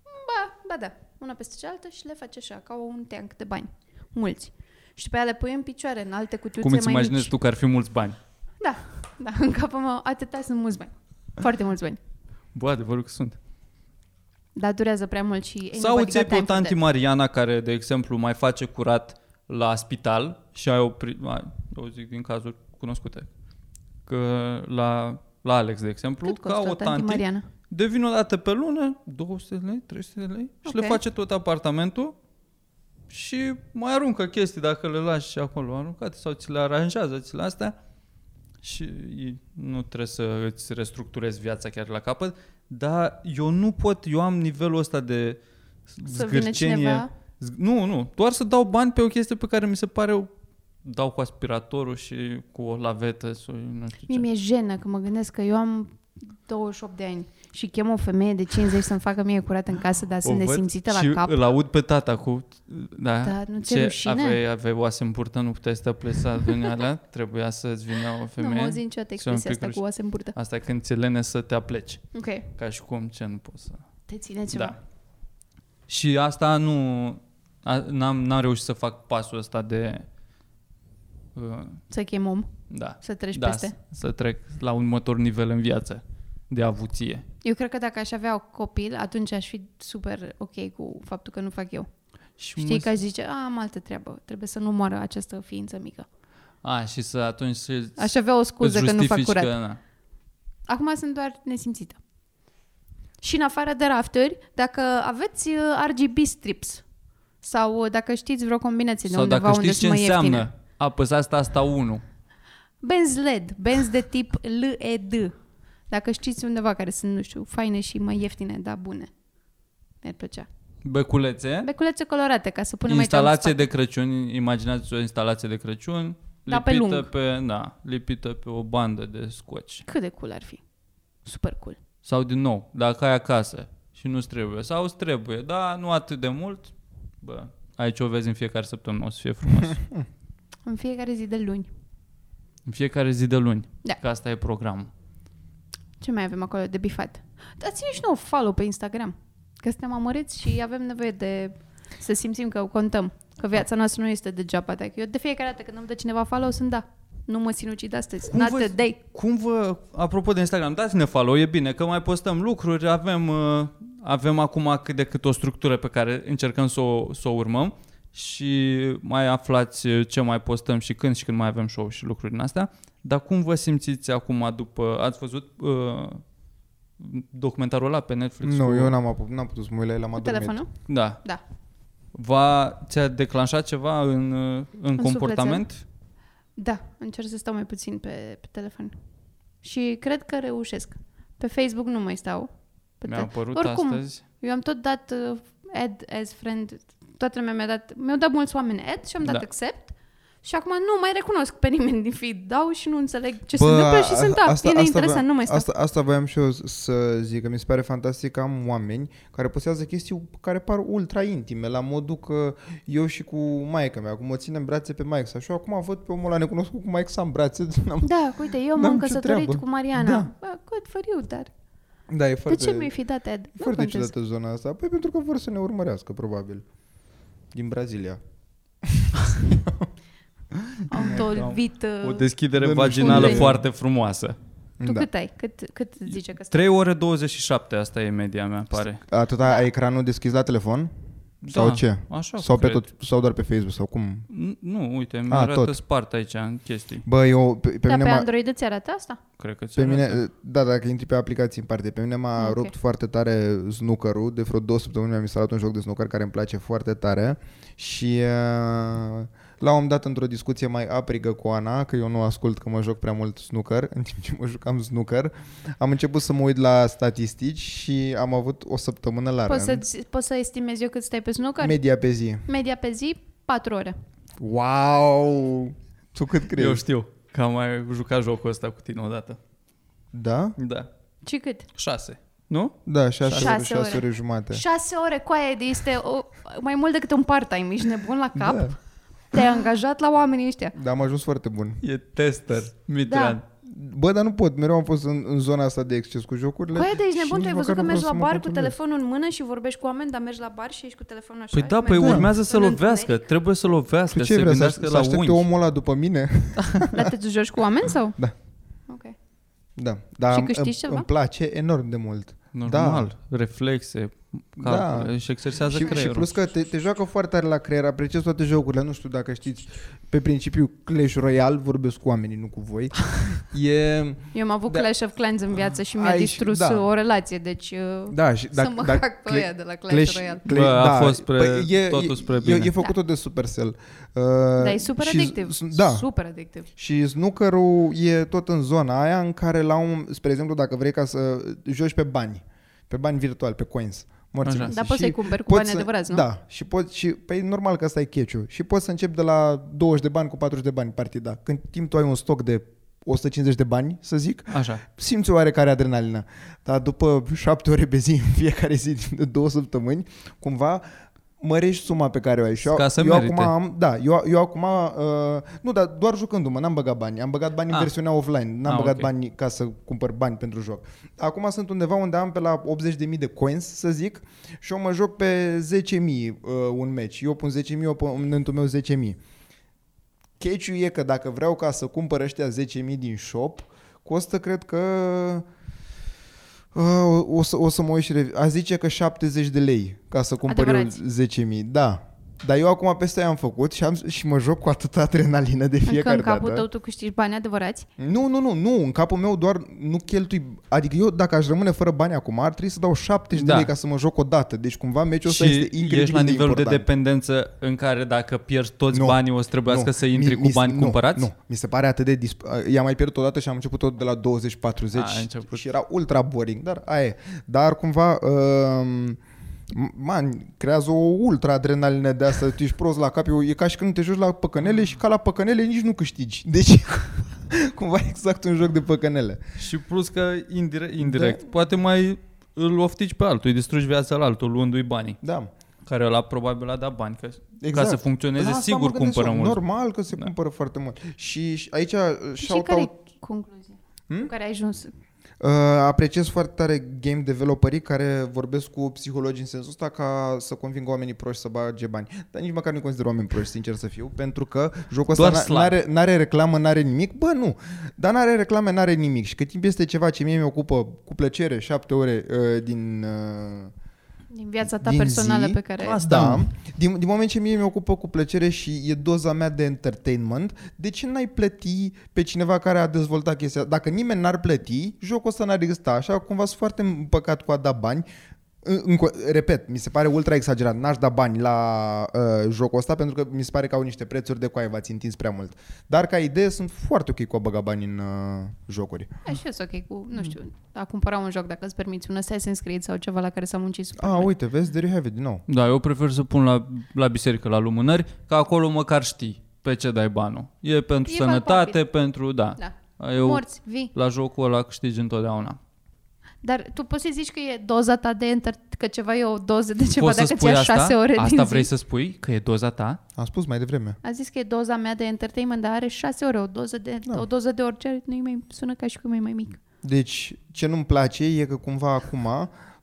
Ba, ba da, una peste cealaltă și le faci așa, ca un teanc de bani. Mulți. Și după aia le pui în picioare, în alte cutiuțe Cum îți mai imaginezi mici. tu că ar fi mulți bani? Da, da, în capul meu atâta sunt mulți bani. Foarte mulți bani. Bă, adevărul că sunt. Dar durează prea mult și... ain't Sau nobody îți iei got time pe for that. tanti Mariana care, de exemplu, mai face curat la spital și ai o... Pri... a, Eu zic din cazuri cunoscute. Că la, la Alex, de exemplu, Cât ca costă o tanti tanti Mariana? devine o dată pe lună 200 de lei, 300 de lei și le Ok. face tot apartamentul și mai aruncă chestii dacă le lași și acolo aruncate sau ți le aranjează, ți le astea și e- nu trebuie să îți restructurezi viața chiar la capăt, dar eu nu pot, eu am nivelul ăsta de Să vină cineva? zgârcenie. Z- nu, nu, doar să dau bani pe o chestie pe care mi se pare o dau cu aspiratorul și cu o lavetă sau nu știu Mie ce. mi-e jenă că mă gândesc că eu am 28 de ani și chem o femeie de 50 să-mi facă mie curat în casă, dar sunt O văd nesimțită și la cap. îl aud pe tata cu... Da, Da, nu ți-e rușine? Aveai, aveai oase în burtă, nu puteai să te plesa alea, trebuia să-ți vină o Nu femeie. mă auzi niciodată Să-mi expresia asta plictisi. cu oase în burtă. Asta e când ți-e lene să te apleci. Ok, Ca și cum, ce nu poți să... te ține ceva. Da. Și asta nu... A, n-am, n-am reușit să fac pasul ăsta de... Uh, Să chemăm, da. să treci da, Deci peste. să, să trec la un următor nivel în viață de avuție. Eu cred că dacă aș avea copil, atunci aș fi super ok cu faptul că nu fac eu. Și Știi că aș zice, "A, am altă treabă, trebuie să nu moară această ființă mică. A, și să atunci să Aș avea o scuză îți că nu fac justifici curat. Că, na. Acum sunt doar nesimțită. Și în afară de rafturi, dacă aveți uh, RGB strips Sau dacă știți vreo combinație de Sau undeva dacă unde știți ce sunt mai înseamnă, ieftine. apăsați tasta 1. Benz LED, benzi de tip LED. Dacă știți undeva care sunt, nu știu, faine și mai ieftine, dar bune. Mi-ar plăcea. Beculețe, Beculețe colorate, ca să punem instalație aici de Crăciun, imaginați o instalație de Crăciun, Dar pe lipită lung. pe, da, lipită pe o bandă de scoci. Cât de cool ar fi. Super cool. Sau din nou, dacă ai acasă și nu-ți trebuie, sau îți trebuie, dar nu atât de mult, bă, aici o vezi în fiecare săptămână, o să fie frumos. În fiecare zi de luni. în fiecare zi de luni, Da. că asta e programul. Ce mai avem acolo de bifat? Dați-ne și nouă follow pe Instagram. Că suntem amărâți și avem nevoie de să simțim că contăm. Că viața noastră nu este degeaba. Dacă eu de fiecare dată când îmi dă cineva follow, sunt da. Nu mă sinucid astăzi. Cum Not voi- today. Cum vă, apropo de Instagram, dați-ne follow, e bine că mai postăm lucruri, avem, uh, avem acum cât de cât o structură pe care încercăm să o, să o urmăm și mai aflați uh, ce mai postăm și când și când mai avem show și lucruri din astea. Dar cum vă simțiți acum după, ați văzut uh, documentarul ăla pe Netflix? Nu, cu- eu n-am, apuc, n-am putut să mă uit la el, am Cu adormit. telefonul? Da. Da. Va, ți-a declanșat ceva în, uh, în comportament? Da, încerc să stau mai puțin pe, pe telefon. Și cred că reușesc. Pe Facebook nu mai stau. Pe Mi-a te- apărut Oricum, astăzi. Eu am tot dat uh, add as friend, toată lumea mi-a dat, mi-au dat mulți oameni add și am dat Da. accept și acum nu mai recunosc pe nimeni din feed, dau și nu înțeleg ce Bă, se întâmplă și sunt, da, asta, e voiam- interesant, nu mai stau. Asta, Asta, asta voiam și eu s- să zic, că mi se pare fantastic că am oameni care postează chestii care par ultra intime, la modul că eu și cu maica mea, acum o ținem brațe pe maica și eu acum văd pe omul ăla necunoscut cu maica în brațe. N-am... da, uite, eu N-am m-am nicio căsătorit treabă. cu Mariana. Da. Bă, good for you, dar Da, e foarte, de ce mi-ai fi dat add? e Nu foarte contează. ciudată zona asta. Păi pentru că vor să ne urmărească, probabil. Din Brazilia. Autolvită. O deschidere de nu vaginală știu. foarte frumoasă. uh, Tu da. cât ai? Cât, cât îți zice că stai? 3 ore 27, asta e media mea, pare. Da, Atât da. ai ecranul deschis la telefon? Sau ce? Așa sau, pe cred. tot, sau doar pe Facebook? Sau cum? N- Nu, uite, mi A, arată tot. spart aici în chestii. Bă, eu, pe, pe Dar mine Da, pe m-a- Android îți arată asta? Cred că ți Pe arată. mine, da, dacă intri pe aplicații în parte, pe mine m-a Ok. okay. rupt foarte tare snookerul. De vreo două săptămâni mi-am instalat un joc de snooker care îmi place foarte tare și uh, la un moment dat într-o discuție mai aprigă cu Ana, că eu nu ascult că mă joc prea mult snooker, în timp ce mă jucam snooker, am început să mă uit la statistici și am avut o săptămână la Poți rând. să, poți să estimezi eu cât stai pe snooker? Media pe zi. Media pe zi, 4 ore. Wow! Tu cât crezi? Eu știu că am mai jucat jocul ăsta cu tine odată. Da? Da. Și cât? 6. Nu? Da, 6 Șase ore, 6 ore. ore jumate. 6 ore, coaie, de este o, mai mult decât un part-time, ești nebun la cap? Da. Te-ai angajat la oamenii ăștia. Dar am ajuns foarte bun. E tester, Mitran. Da. Bă, dar nu pot, mereu am fost în, în zona asta de exces cu jocurile. Coaie, de și ești deci, nebun, tu nici ai măcar văzut că nu mergi la vreau să mă bar cu controlez. telefonul în mână și vorbești cu oameni, dar mergi la bar și ești cu telefonul așa. Păi da, și păi mergi urmează să în lovească, trebuie să lovească, Tu să Păi se ce vrei să, gândească să la aștepte unchi. omul ăla după mine? întuneric. Dar te tu joci cu oameni sau? Da. Ok. Da, dar Și îmi- câștigi îmi, ceva? îmi place enorm de mult. Normal, reflexe, calcule, Da. își exersează Și, și creierul. plus că te, te joacă foarte tare la creier, apreciez toate jocurile, nu știu dacă știți, pe principiu Clash Royale, vorbesc cu oamenii, nu cu voi. e, Eu am avut Da. Clash of Clans în viață și mi-a Ai și- distrus da. o relație, deci uh, da, și să mă dacă- cac pe Cla- ăia de la Clash Royale. Clash, Bă, a da, fost spre- păi e, totul spre e, bine. E, e făcut tot de Supercell. Uh, Dar e super și- adictiv. Da, Super adictiv. Și snookerul e tot în zona aia în care la un, spre exemplu, dacă vrei ca să joci pe bani, pe bani virtuali, pe coins, morți. Așa. Dar poți Și să-i cumperi cu poți bani să- adevărați, nu? Da, și poți, și, păi normal că asta e catch Și poți să începi de la 20 de bani cu 40 de bani partida. Când timp tu ai un stoc de 150 de bani, să zic, Așa. simți oarecare adrenalină. Dar după șapte ore pe zi, în fiecare zi de două săptămâni, cumva mărești suma pe care o ai. Și eu, Ca să eu merite. acum am, da, eu, eu acum, uh, nu, dar doar jucându-mă, n-am băgat bani. Am băgat bani în Ah. versiunea offline, n-am Ah, băgat ok. bani ca să cumpăr bani pentru joc. Acum sunt undeva unde am pe la 80.000 de coins, să zic, și eu mă joc pe 10.000 uh, un meci. Eu pun 10.000, eu pun oponentul meu 10.000. Catch-ul e că dacă vreau ca să cumpăr ăștia 10.000 din shop, costă cred că uh, o, să, o să mă uit și revi- a zice că 70 de lei ca să cumpăr eu Adevărați. 10.000, da. Dar eu acum peste aia am făcut și, am, și mă joc cu atâta adrenalină de Încă fiecare în capul dată. tău tu câștigi bani adevărați? Nu, nu, nu, nu, în capul meu doar nu cheltui. Adică eu dacă aș rămâne fără bani acum, ar trebui să dau 70 de Da. lei ca să mă joc o dată. Deci cumva meciul ăsta și este incredibil ești la de nivelul de, important. dependență în care dacă pierzi toți Nu. banii o să trebuiască Nu, să intri mi- cu mi- bani nu, cumpărați? Nu, mi se pare atât de... Disp- I-am mai pierdut odată și am început tot de la 20-40 A, ai început. și era ultra boring, dar aia e. Dar cumva... Um, man, creează o ultra adrenalină de asta, tu ești prost la cap, eu- e ca și când te joci la păcănele și ca la păcănele nici nu câștigi. Deci, cumva e exact un joc de păcănele. Și plus că indirect, indirect da. poate mai îl oftici pe altul, îi distrugi viața la altul luându-i banii, Da. care ăla probabil a dat bani, că Exact. exact. ca să funcționeze La asta mă sigur gândesc cumpără eu. mult. Normal că se Da. cumpără foarte mult. Și și aici Și shout care out e concluzia? Hmm? Cu care ai ajuns? Uh, apreciez foarte tare game developerii care vorbesc cu psihologii în sensul ăsta ca să convingă oamenii proști să bage bani. Dar nici măcar nu consider oameni proști, sincer să fiu, pentru că jocul Doar ăsta slab. n-are, n-are reclamă, n-are nimic. Bă, nu. Dar n-are reclame, n-are nimic. Și cât timp este ceva ce mie mi ocupă cu plăcere șapte ore uh, din... Uh, Din viața ta Din personală zi? pe care... Asta da, din, din moment ce mie mi ocupă cu plăcere și e doza mea de entertainment, de ce n-ai plăti pe cineva care a dezvoltat chestia? Dacă nimeni n-ar plăti, jocul ăsta n-ar exista. Așa cumva sunt foarte împăcat cu a da bani. În- Încă, repet, mi se pare ultra exagerat. N-aș da bani la uh, jocul ăsta pentru că mi se pare că au niște prețuri de coaie, v-ați întins prea mult. Dar ca idee sunt foarte ok cu a băga bani în uh, jocuri. E și eu sunt ok cu, nu știu, a cumpăra un joc dacă îți permiți un Assassin's Creed sau ceva la care s-a muncit super Ah, mult. uite, vezi, there you have it din nou. Da, eu prefer să pun la, la biserică, la lumânări, că acolo măcar știi pe ce dai banul. E pentru E sănătate, palpabil. pentru... Da. Da. da. Eu Morți, vii. la jocul ăla câștigi întotdeauna. Dar tu poți să zici că e doza ta de enter, că ceva e o doză de ceva Poți să dacă spui ți-a asta? șase ore asta din vrei zi. să spui? Că e doza ta? Am spus mai devreme. A zis că e doza mea de entertainment, dar are șase ore, o doză de, Da. o doză de orice, nu mai sună ca și cum e mai mic. Deci, ce nu-mi place e că cumva acum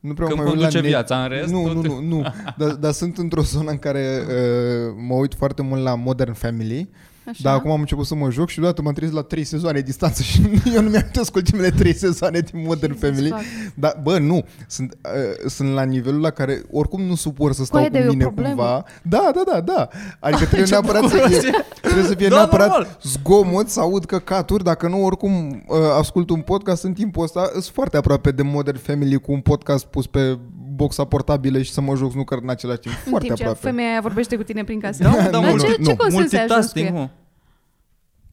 nu prea Că mă îmi uit la conduce net. viața, în rest, Nu, tot- nu, nu, nu. Dar da, sunt într-o zonă în care uh, mă uit foarte mult la Modern Family, Așa? da? dar acum am început să mă joc și deodată m-am trezit la 3 sezoane distanță și eu nu mi-am cu ultimele 3 sezoane din Modern deci Family. Dar, bă, nu, sunt, uh, sunt la nivelul la care oricum nu suport să stau Coaie, cu dar e o mine problemă. cumva. Da, da, da, da. Adică trebuie ce neapărat să bucuros fie, trebuie să fie Da, neapărat normal. zgomot, să aud căcaturi, dacă nu oricum uh, ascult un podcast în timpul ăsta, sunt foarte aproape de Modern Family cu un podcast pus pe boxa portabilă și să mă joc snooker în același timp. În Foarte timp ce aproape. femeia aia vorbește cu tine prin casă. Da, Da, mă, da, da, Dar mă, mult. ce, nu, ce consens ai ajuns cu Multitasking, ea? mă.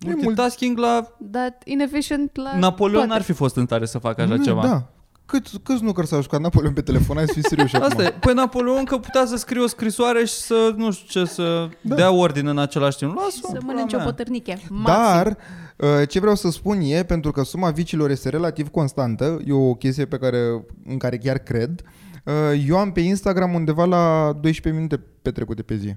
Multitasking la... Dar inefficient la Napoleon toate. n-ar fi fost în tare să facă așa Nu, ceva. Da. Cât, cât snooker s-a jucat Napoleon pe telefon, hai să fim serioși acum. Asta e. Păi Napoleon că putea să scrie o scrisoare și să, nu știu ce, să da. dea ordine în același timp. Lasă-o, Să pula mănânci o mea. Da, potârniche. Maxim. Dar uh, ce vreau să spun e, pentru că suma vicilor este relativ constantă, e o chestie pe care, în care chiar cred, uh, eu am pe Instagram undeva la 12 minute petrecute pe zi.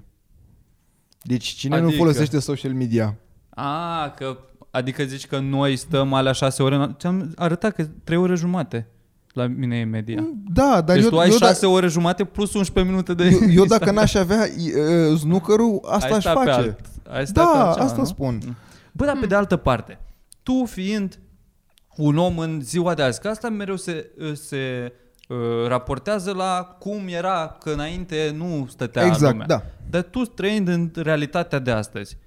Deci cine adică... nu Adică? folosește social media? A, că, adică zici că noi stăm alea șase ore, în- ți-am arătat că trei ore jumate la mine e media. Da, dar Dar deci eu, tu ai eu, da- șase ore jumate plus 11 minute de... eu, eu dacă n-aș avea uh, snooker-ul, asta Ai aș sta pe face. alt- ai sta da, pe altceva, asta nu? Mm. spun. Bă, dar pe de altă parte, tu fiind un om în ziua de azi, că asta mereu se, se uh, raportează la cum era, că înainte nu stătea Exact, lumea. da. Dar tu trăind în realitatea de astăzi,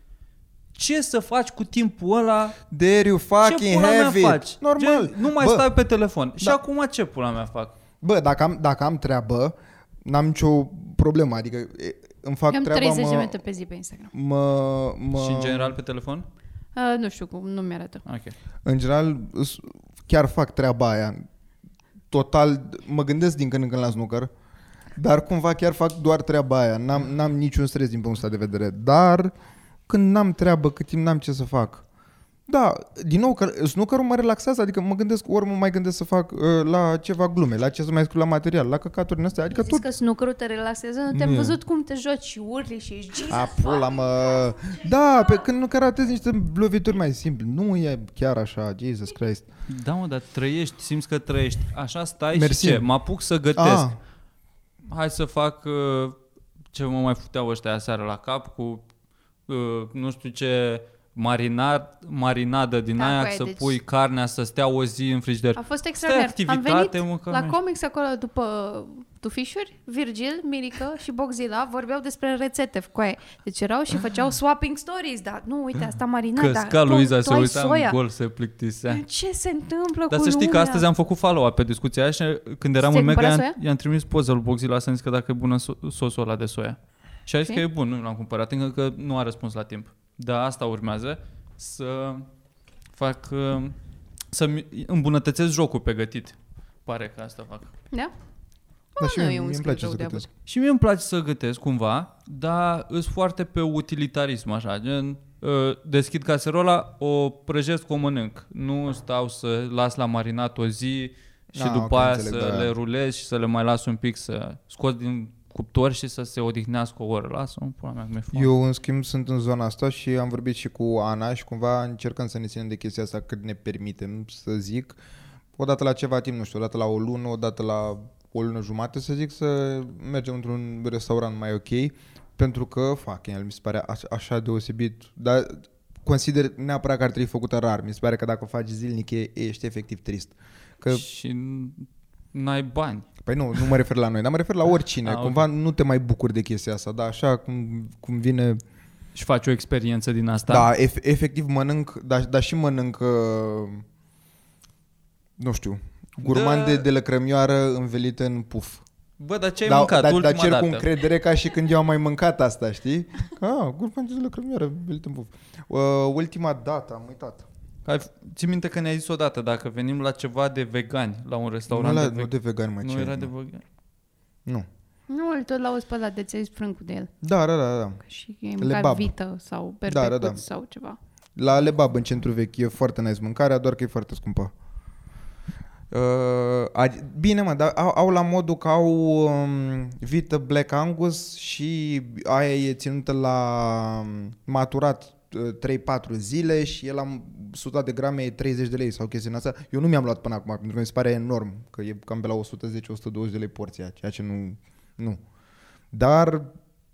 ce să faci cu timpul ăla? There you ce fucking pula mea have it. faci? Normal. Gen, nu mai Bă, stai pe telefon. Și da. acum ce pula mea fac? Bă, dacă am, dacă am treabă, n-am nicio problemă. Adică e, îmi fac Eu am treaba, 30 de mă, minute pe zi pe Instagram. mă, mă, Și în general pe telefon? Uh, nu știu cum, nu mi-arată. Ok. în general, s- chiar fac treaba aia. Total, mă gândesc din când în când la snooker, dar cumva chiar fac doar treaba aia. N-am, n-am niciun stres din punctul ăsta de vedere. Dar când n-am treabă, cât timp n-am ce să fac. Da, din nou, că snookerul mă relaxează, adică mă gândesc, ori mă mai gândesc să fac uh, la ceva glume, la ce să mai scriu la material, la căcaturi din astea, adică Că tot Zici că snookerul te relaxează, nu te-am Nu e. văzut cum te joci și urli și ești Jesus, A, fuck. pula, mă... Da, pe când nu caratezi niște lovituri mai simple. Nu e chiar așa, Jesus Christ. Da, mă, dar trăiești, simți că trăiești. Așa stai Mersi. și ce? Mă apuc să gătesc. Ah, hai să fac uh, ce mă mai futeau ăștia aseară la cap cu uh, nu știu ce marinar, marinadă din Da, aia, băi, să deci- pui carnea să stea o zi în frigider. A fost Stai extraordinar. Am activitate, venit mă, că la mergi. comics acolo după tufișuri, Virgil, Mirica și Boxila vorbeau despre rețete cu aia. Deci erau și Ah. făceau swapping stories, da, nu, uite, asta marinata. Căsca tu- Luiza tu se ai uita da, soia. în gol, se plictisea. Ce se întâmplă Dar cu să știi că lumea? astăzi am făcut follow-up pe discuția aia și când eram Ți-ai în mega, cumpărat i-am, i-am trimis poza lui Boxila să-mi zic că dacă e bună so- sosul ăla de soia. Și a zis Ok. că e bun, nu l-am cumpărat încă, că nu a răspuns la timp. Dar asta urmează, să fac, uh, să-mi îmbunătățesc jocul pregătit. Pare că asta fac. Da? Dar și nu mie e un mie îmi skill place rău să de gătesc. Și mie îmi place să gătesc cumva, dar îs foarte pe utilitarism așa, gen uh, deschid caserola, o prăjesc, o mănânc. Nu stau să las la marinat o zi și Ah, după ok, aia înțeleg, să da. le rulez și să le mai las un pic să scot din cuptor și să se odihnească o oră. Lasă-mă, pula mea, mi-e foame. Eu, în schimb, sunt în zona asta și am vorbit și cu Ana și cumva încercăm să ne ținem de chestia asta cât ne permitem, să zic. Odată la ceva timp, nu știu, odată la o lună, odată la o lună jumate, să zic, să mergem într-un restaurant mai ok, pentru că, fac, el mi se pare aș- așa deosebit, dar consider neapărat că ar trebui făcută rar. Mi se pare că dacă o faci zilnic, e, ești efectiv trist. Că Și n- n-ai bani. Păi nu, nu mă refer la noi, dar mă refer la oricine. Ah, A, ok. Cumva nu te mai bucuri de chestia asta, dar așa cum, cum vine... Și faci o experiență din asta. Da, da ef- efectiv mănânc, dar, dar și mănânc, uh, nu știu, gurmande Da. de lăcrămioară învelite în puf. Bă, dar ce ai Dar- mâncat Da, dar, dar ultima cer dată? cu încredere ca și când eu am mai mâncat asta, știi? Ah, gurmande de lăcrămioară învelite în puf. Uh, ultima dată, am uitat. Ai, ții minte că ne-ai zis odată, dacă venim la ceva de vegani, la un Nu, restaurant la, de, nu vegani, de vegan, mă, nu ce- era de vegan. Nu. Nu, îl tot l-au spălat, de ți-ai sprâncul de el. Da, da, da, da. Că și e bab. mâncat vită sau berbecut da, da, da. sau ceva. La Lebab, în centru vechi, e foarte nice mâncarea, doar că e foarte scumpă. Uh, adi- bine, mă, dar au, au la modul că au um, vită Black Angus și aia e ținută la um, maturat uh, 3-4 zile și el am 100 de grame e 30 de lei sau chestia în asta. Eu nu mi-am luat până acum, pentru că mi se pare enorm, că e cam pe la 110-120 de lei porția, ceea ce nu... nu. Dar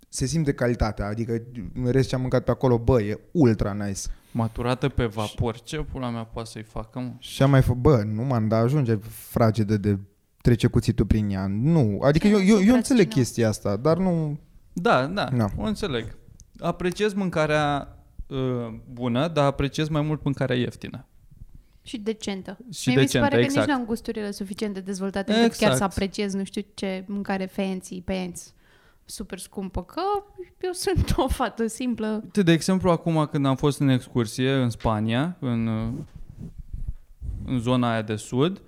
se simte calitatea, adică în rest ce am mâncat pe acolo, bă, e ultra nice. Maturată pe vapor. Ce pula mea poate să-i facă, mă? Și am mai făcut, bă, nu m-am, dar ajunge fragedă de trece cuțitul prin ea. Nu, adică Ce eu, eu, eu supra înțeleg cineva. chestia asta, dar nu... Da, da, Da. no. o înțeleg. Apreciez mâncarea uh, bună, dar apreciez mai mult mâncarea ieftină. Și decentă. Și Mie mi decentă, se pare exact. că nici n-am gusturile suficient de dezvoltate exact. încât chiar Exact. să apreciez nu știu ce mâncare fancy, pants, super scumpă, că eu sunt o fată simplă. Uite, de exemplu, acum când am fost în excursie în Spania, în, uh, în zona aia de sud,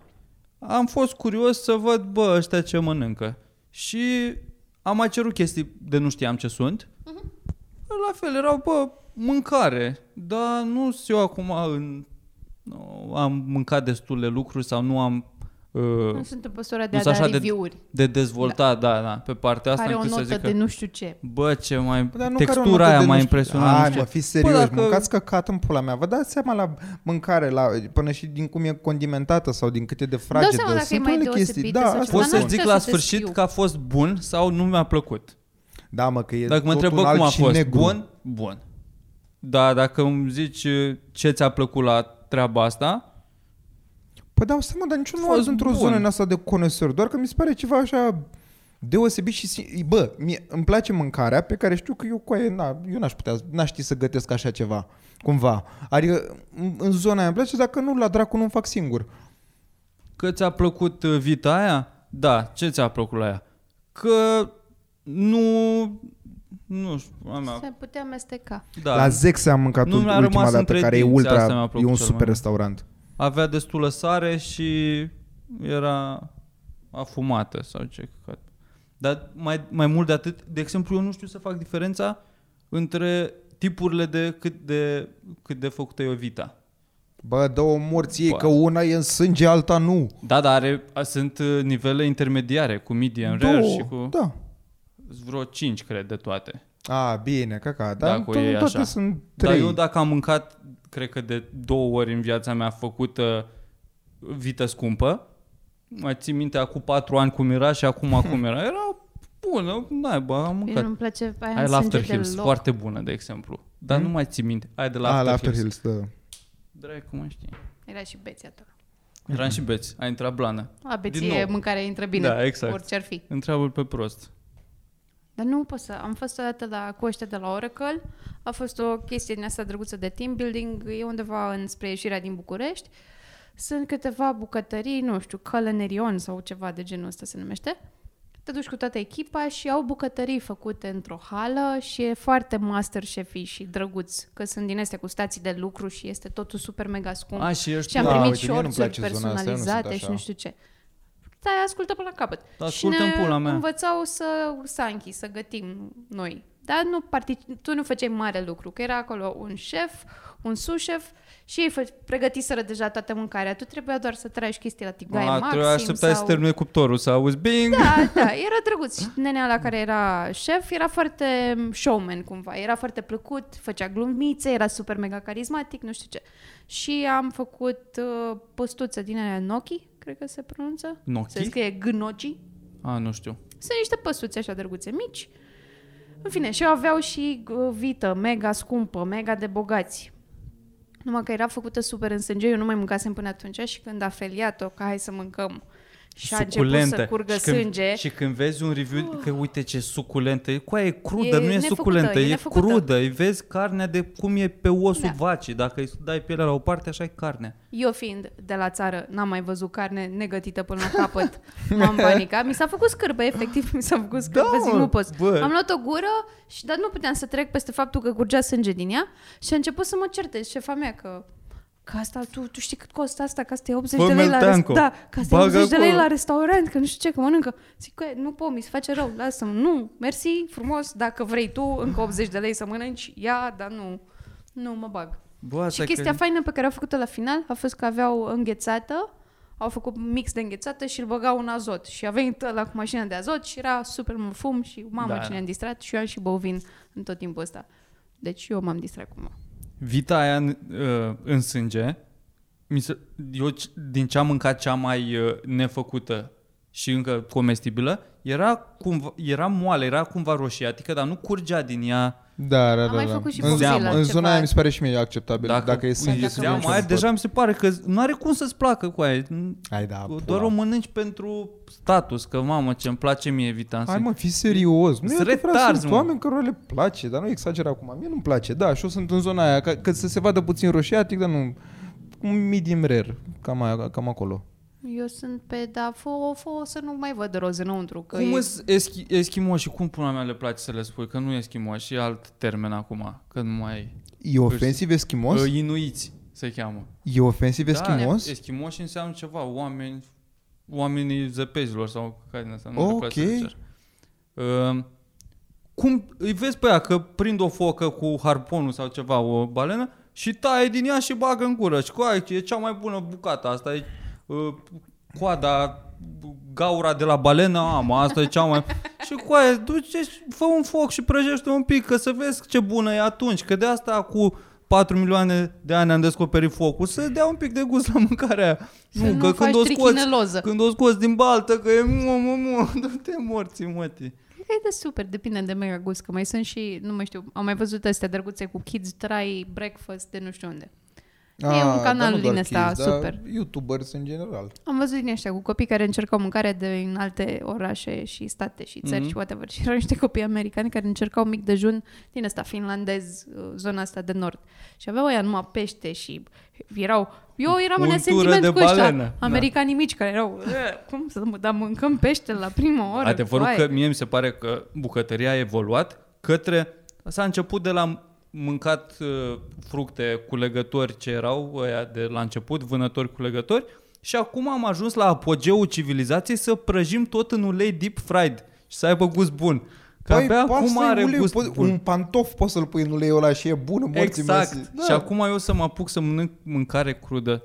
am fost curios să văd, bă, ăștia ce mănâncă. Și am mai cerut chestii de nu știam ce sunt. Mhm. La fel, erau, bă, mâncare. Dar nu sunt eu acum în... nu Am mâncat destule lucruri sau nu am... Uh, Nu sunt în măsură de Nu a sunt da așa de- review-uri. de dezvoltat, da, da, da pe partea asta Care o încât să notă zic de că, nu știu ce. bă, ce Dar mai, nu care o textura notă aia de m-a nu știu- impresionat. Hai, nu mă, știu. fiți serios, dacă- dacă... mâncați căcat în pula mea. Vă dați seama la mâncare, la, până și din cum e condimentată sau din cât e de seama fragedă. dacă e mai unele deosebită chestii. sau Da, ceva. asta Pot Dar spun. să nu zic știu la să te sfârșit scriu. că a fost bun sau nu mi-a plăcut. Da, mă, că e Dacă mă tot întrebă un cum alb a și fost, negru. bun, bun. Da, dacă îmi zici uh, ce ți-a plăcut la treaba asta, Păi dau seama, dar niciun nu Fost ajuns într-o bun. zonă în asta de conesor, doar că mi se pare ceva așa deosebit și... sim- Bă, mie, îmi place mâncarea pe care știu că eu cu aia, na, eu n-aș putea, n-aș ști să gătesc așa ceva, cumva. Adică în- în zona aia îmi place, dacă nu, la dracu nu-mi fac singur. că ți-a plăcut uh, vita aia, da, ce ți-a plăcut la ea? Că nu... Nu știu, a mea, Se putea amesteca. da. Da. La Zex am mâncat Nu mi-a nu rămas ultima dată, între care e dinți, asta mi-a ultra, e plăcut un cel mai super mult. restaurant. avea destulă sare și era afumată sau ce căcat. Dar mai, mai mult de atât, de exemplu, eu nu știu să fac diferența între tipurile de cât de, cât de făcută e o vita. Bă, două morți ei, Bă. că una e în sânge, alta nu. Da, dar are, a- sunt uh, nivele intermediare cu medium rare Două, și cu da. vreo 5, cred, de toate. A, bine, caca, dar Dacă to- o iei toate așa. sunt Dar trei. eu dacă am mâncat, cred că de două ori în viața mea făcută vită scumpă, mai țin minte acum patru ani cum era și acum cum era, era bună, naiba, am Mie mâncat. nu-mi place aia Ai în la sânge After Hills, deloc. foarte bună, de exemplu. Dar nu mai țin minte. Ai de Mm. la A, After, la After Hills. Hills, da. Dracu, cum știi. Era și beția ta. Eram și beți, a intrat blană. La Din beție, nou. mâncarea intră bine, Da, exact. orice ar fi. Întreabă pe prost. Dar nu pot să... Am fost odată la cu ăștia de la Oracle, a fost o chestie din asta drăguță de team building, e undeva înspre ieșirea din București. Sunt câteva bucătării, nu știu, Călănerion sau ceva de genul ăsta se numește. Te duci cu toată echipa și au bucătării făcute într-o hală și e foarte master chefi și drăguț, că sunt din astea cu stații de lucru și este totul super mega scump. A, și ești Și am Da, primit uite, mie nu-mi shorts-uri place zona asta, eu nu sunt personalizate așa. și nu știu ce. Stai, ascultă până la capăt. Ascultă-mi și ne pula mea. învățau să sanchi, să gătim noi. Dar nu partic- tu nu făceai mare lucru, că era acolo un șef, un sușef și ei fă- pregătiseră deja toată mâncarea. Tu trebuia doar să tragi chestii la tigaie A, maxim trebuie așteptai să sau... termine cuptorul, să auzi bing! Da, da, era drăguț. Și nenea la care era șef era foarte showman cumva, era foarte plăcut, făcea glumițe, era super mega carismatic, nu știu ce. Și am făcut uh, păstuță din aia Noki, cred că se pronunță. Gnocchi? Se scrie gnoci. A, nu știu. Sunt niște păstuțe așa drăguțe mici. În fine, și eu aveau și uh, vită mega scumpă, mega de bogați. Numai că era făcută super în sânge, eu nu mai mâncasem până atunci și când a feliat-o, că hai să mâncăm. Și a început suculentă. să curgă și când, sânge. Uh. Și când vezi un review, că uite ce suculentă e, coaie e crudă, E nu e nefăcută, suculentă, e e, nefăcută. crudă. Îi vezi carnea de cum e pe osul Da. vacii. Dacă îi dai pielea la o parte, așa e carnea. Eu fiind de la țară, n-am mai văzut carne negătită până la capăt. M-am panicat. Mi s-a făcut scârbă, efectiv, mi s-a făcut scârbă, Da, zic, mă, nu pot. bă. Am luat o gură, și, dar nu puteam să trec peste faptul că curgea sânge din ea și a început să mă certe șefa mea că că asta, tu, tu știi cât costă asta, că asta e 80 de Fă lei la meltanco. restaurant. Da, că asta e Bagă 80 de lei acolo. la restaurant, că nu știu ce, că mănâncă. Zic că nu pot, mi se face rău, lasă-mă. Nu, mersi, frumos, dacă vrei tu, încă 80 de lei să mănânci, ia, dar nu, nu mă bag. Bă, asta Și e chestia faină pe care au făcut-o la final a fost că aveau înghețată, au făcut mix de înghețată și îl băgau în azot. Și a venit la cu mașina de azot și era super mult fum și mamă Da. da. cine am distrat și eu am și băut vin în tot timpul ăsta. Deci eu m-am distrat cumva. Vita aia în, uh, în sânge, mi se, eu c- din ce am mâncat cea mai uh, nefăcută și încă comestibilă, era, cumva, era moale, era cumva roșiatică, dar nu curgea din ea. Da, da, Am da. mai da. făcut și în, Godzilla, în zona aia ceva. mi se pare și mie acceptabil. Dacă, dacă e sânge, dacă să nu zeamă mănânci aia, un deja mi se pare că z- nu are cum să-ți placă cu aia. Hai da, pula. Doar o mănânci pentru status, că mamă ce-mi place mie vita în Hai sânge. mă, fi serios. Nu Sunt e adevărat, retarzi, sunt mă. oameni cărora le place, dar nu exager acum. Mie nu-mi place. Da, și eu sunt în zona aia, ca, că să se vadă puțin roșiatic, dar nu... Un medium rare, cam, aia, cam acolo. Eu sunt pe da, fă, fă să nu mai văd roz înăuntru. Că Cum e... îs eschi- eschimoși? Cum pula mea le place să le spui? Că nu e eschimoși, e alt termen acum, că nu mai... E ofensiv eschimos? Uh, Inuiți se cheamă. E ofensiv eschimos? Da, eschimoși înseamnă ceva, oameni, oamenii zăpezilor sau care din asta, nu Ok. știu cum să le zice. uh, cum îi vezi pe ea că prind o focă cu harponul sau ceva, o balenă, și taie din ea și bagă în gură. Și cu aia e cea mai bună bucată, asta e uh, coada, gaura de la balenă, am, asta e cea mai... și cu aia duce, și fă un foc și prăjește un pic, că să vezi ce bună e atunci, că de asta cu 4 milioane de ani am descoperit focul, să dea un pic de gust la mâncarea aia. Să nu faci trichineloză. când o scoți din baltă, că e mu, mu, mu, du-te morții, mătii. Cred că e de super, depinde de mega gust, că mai sunt și, nu mai știu, am mai văzut astea drăguțe cu kids try breakfast de nu știu unde. E un Ah, canal dar nu doar din ăsta kids, dar super. Youtubers în general. Am văzut din ăștia cu copii care încercau mâncare din alte orașe și state și țări Mhm. mm-hmm. și whatever. Și erau niște copii americani care încercau mic dejun din asta finlandez, uh, zona asta de nord. Și aveau aia numai pește și erau... Eu eram în Untură de asentiment cu ăștia, balenă. Da. americanii mici care erau... "Eh, Cum să mă, dar mâncăm pește la prima oră? Adevărul coaie." că mie mi se pare că bucătăria a evoluat către... S-a început de la mâncat uh, fructe cu legători ce erau ăia de la început, vânători cu legători, și acum am ajuns la apogeul civilizației să prăjim tot în ulei deep fried și să aibă gust bun. Că păi, abia poate acum să-i are ulei, gust poți- bun. Un pantof poți să-l pui în uleiul ăla și e bun, morții mesi. exact. Da. Și acum eu să mă apuc să mănânc mâncare crudă.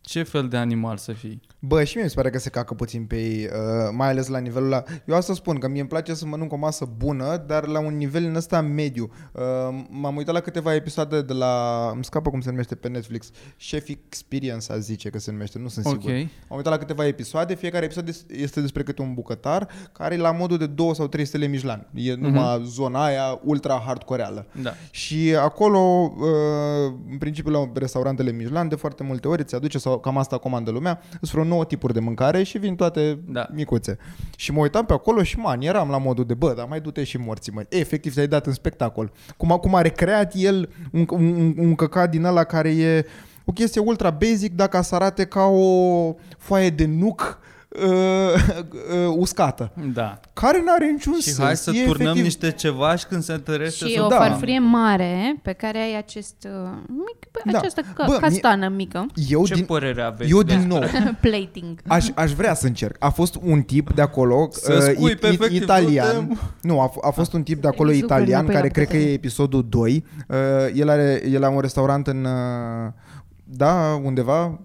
Ce fel de animal să fii? Bă, și mie mi se pare că se cacă puțin pe ei, uh, mai ales la nivelul ăla. Eu asta spun, că mie îmi place să mănânc o masă bună, dar la un nivel în ăsta mediu. Uh, m-am uitat la câteva episoade de la, îmi scapă cum se numește pe Netflix, Chef Experience, a zice că se numește, nu sunt sigur. Ok. Am uitat la câteva episoade, fiecare episod es- este despre câte un bucătar care e la modul de două sau trei stele Michelin. E numai zona aia ultra hardcoreală. Da. Și acolo, uh, în principiu, la restaurantele Michelin, de foarte multe ori îți aduce sau ca, cam asta comandă lumea, sunt vreo nouă tipuri de mâncare și vin toate Da. da. micuțe. Și mă uitam pe acolo și man, eram la modul de bă, dar mai du-te și morții, mă. Efectiv, te-ai dat în spectacol. Cum, a- cum a recreat el un, un, un, un căcat din ăla care e o chestie ultra basic, dacă să arate ca o foaie de nuc uh, uh, uscată. Da. Care n-are niciun Și sens. hai să E turnăm efectiv- niște ceva și când se întărește Și să... o da. farfurie mare pe care ai acest, uh, mic, Da. această ca- Bă, mie- castană mică, Eu Ce Da. din, părere aveți? eu de- din nou, plating. Aș, aș vrea să încerc. A fost un tip de acolo, uh, Să scui it- pe it- efectiv, italian. du-te. Nu, a, f- a fost un tip de acolo Zucă italian, înapoi la care cred că putere. e episodul 2. Uh, el, are, el are un restaurant în... uh, Da, undeva,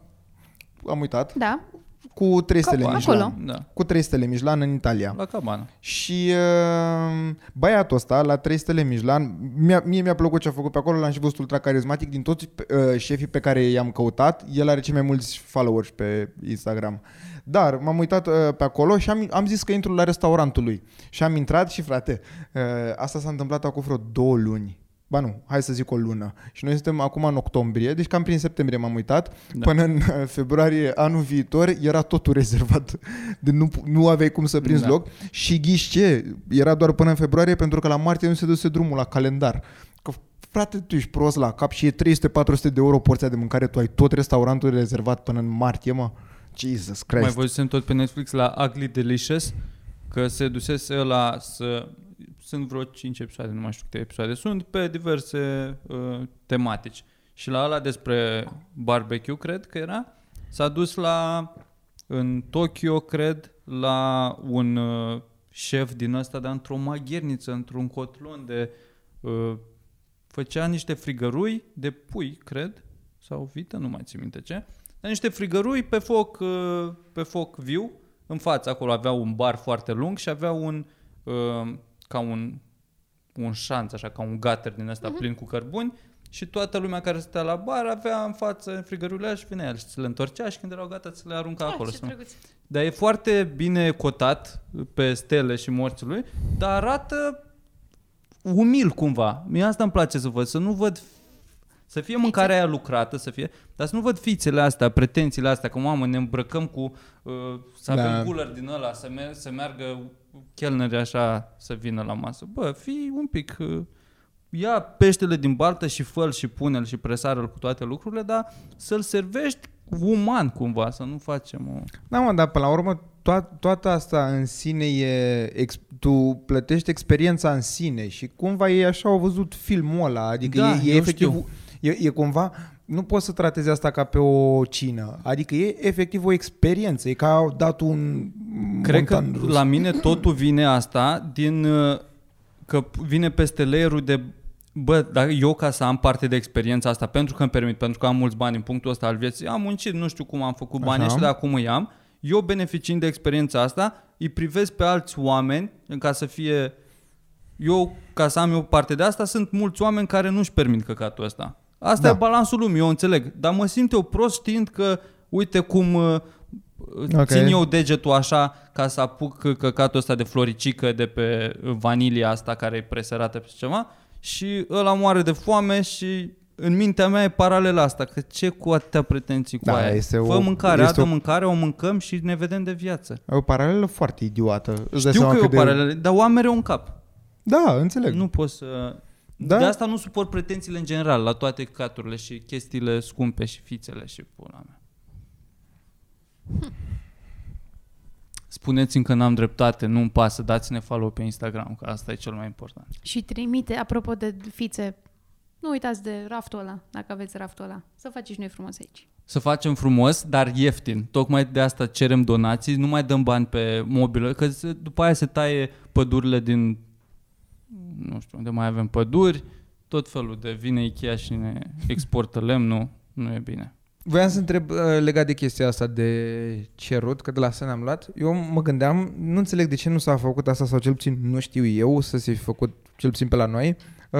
am uitat, Da, cu 3 stele Acolo. Michelin. Da. Cu 3 stele Michelin în Italia. La cabana. Și uh, băiatul ăsta, la 3 stele Michelin, mi-a, mie mi-a plăcut ce a făcut pe acolo, l-am și văzut ultra carismatic. Din toți uh, șefii pe care i-am căutat, el are cei mai mulți followers pe Instagram. Dar m-am uitat uh, pe acolo și am, am zis că intru la restaurantul lui. Și am intrat și, frate, uh, asta s-a întâmplat acum vreo două luni. Ba nu, hai să zic o lună. Și noi suntem acum în octombrie, deci cam prin septembrie m-am uitat. Da. Da. Până în uh, februarie anul viitor era totul rezervat. De nu, pu- nu aveai cum să prinzi da. Da. loc. Și ghiși ce? Era doar până în februarie pentru că la martie nu se duse drumul la calendar. Că frate, tu ești prost la cap și e 300-400 de euro porția de mâncare, tu ai tot restaurantul rezervat până în martie, mă. Jesus Christ. Mai văzusem tot pe Netflix la Ugly Delicious, că se dusese la să... Sunt vreo 5 episoade, nu mai știu câte episoade sunt, pe diverse uh, tematici. Și la ăla despre barbecue, cred că era, s-a dus la, în Tokyo, cred, la un uh, șef din ăsta, dar într-o magherniță, într-un cotlon de... Uh, făcea niște frigărui de pui, cred, sau vită, nu mai țin minte ce, dar niște frigărui pe foc, uh, pe foc viu, în față acolo avea un bar foarte lung și avea un, uh, ca un, un șanț, așa, ca un gater din Mhm. ăsta plin cu cărbuni și toată lumea care stătea la bar avea în față frigărurile alea și vinea el și ți le întorcea și când erau gata ți le arunca acolo. Ah, ce să nu- drăguț. dar e foarte bine cotat pe stele și morții lui, dar arată umil cumva. Mie asta îmi place să văd, să nu văd să fie mâncarea aia lucrată, să fie, dar să nu văd fițele astea, pretențiile astea, că mamă, ne îmbrăcăm cu, uh, să avem Da. cooler din ăla, să, mer- să meargă chelneri așa să vină la masă. Bă, fii un pic, uh, ia peștele din baltă și fă și pune-l și presară-l cu toate lucrurile, dar să-l servești uman cumva, să nu facem o... Da, mă, dar până la urmă toat, toată asta în sine e... Ex, tu plătești experiența în sine și cumva ei așa au văzut filmul ăla, adică Da, e, e eu efectiv... știu. E, e cumva... Nu poți să tratezi asta ca pe o cină, adică e efectiv o experiență, e ca au dat un Cred că montan rus. la mine totul vine asta din uh, că vine peste layerul de bă, dar eu ca să am parte de experiența asta, pentru că îmi permit, pentru că am mulți bani în punctul ăsta al vieții, am muncit, nu știu cum am făcut banii Așa. și de acum îi am, eu beneficiind de experiența asta, îi privesc pe alți oameni ca să fie eu, ca să am eu parte de asta, sunt mulți oameni care nu-și permit căcatul ăsta. Asta Da. e balansul lumii, eu înțeleg. Dar mă simt eu prost știind că, uite cum uh, Ok. okay. țin eu degetul așa ca să apuc căcatul ăsta de floricică de pe uh, vanilia asta care e presărată pe ceva și ăla moare de foame și în mintea mea e paralela asta, că ce cu atâtea pretenții cu Da, aia? este Fă o- mâncare, este adă o- mâncare, o mâncăm și ne vedem de viață. E o paralelă foarte idiotă. Îți dai Știu seama că e o cât de- paralelă, dar oamenii mereu în cap. Da, înțeleg. Nu pot să... Da? Da? De asta nu suport pretențiile în general la toate caturile și chestiile scumpe și fițele și pula mea. Spuneți-mi că n-am dreptate, nu-mi pasă, dați-ne follow pe Instagram, că asta e cel mai important. Și trimite, apropo de fițe, nu uitați de raftul ăla, dacă aveți raftul ăla. Să faceți noi frumos aici. Să facem frumos, dar ieftin. Tocmai de asta cerem donații, nu mai dăm bani pe mobilă, că se- după aia se taie pădurile din... Nu știu, unde mai avem păduri, tot felul de vine Ikea și ne exportă lemnul, nu e bine. Voiam să întreb uh, legat de chestia asta de cerut, că de la sân am luat. Eu mă gândeam, nu înțeleg de ce nu s-a făcut asta sau cel puțin nu știu eu să se fi făcut cel puțin pe la noi. Uh,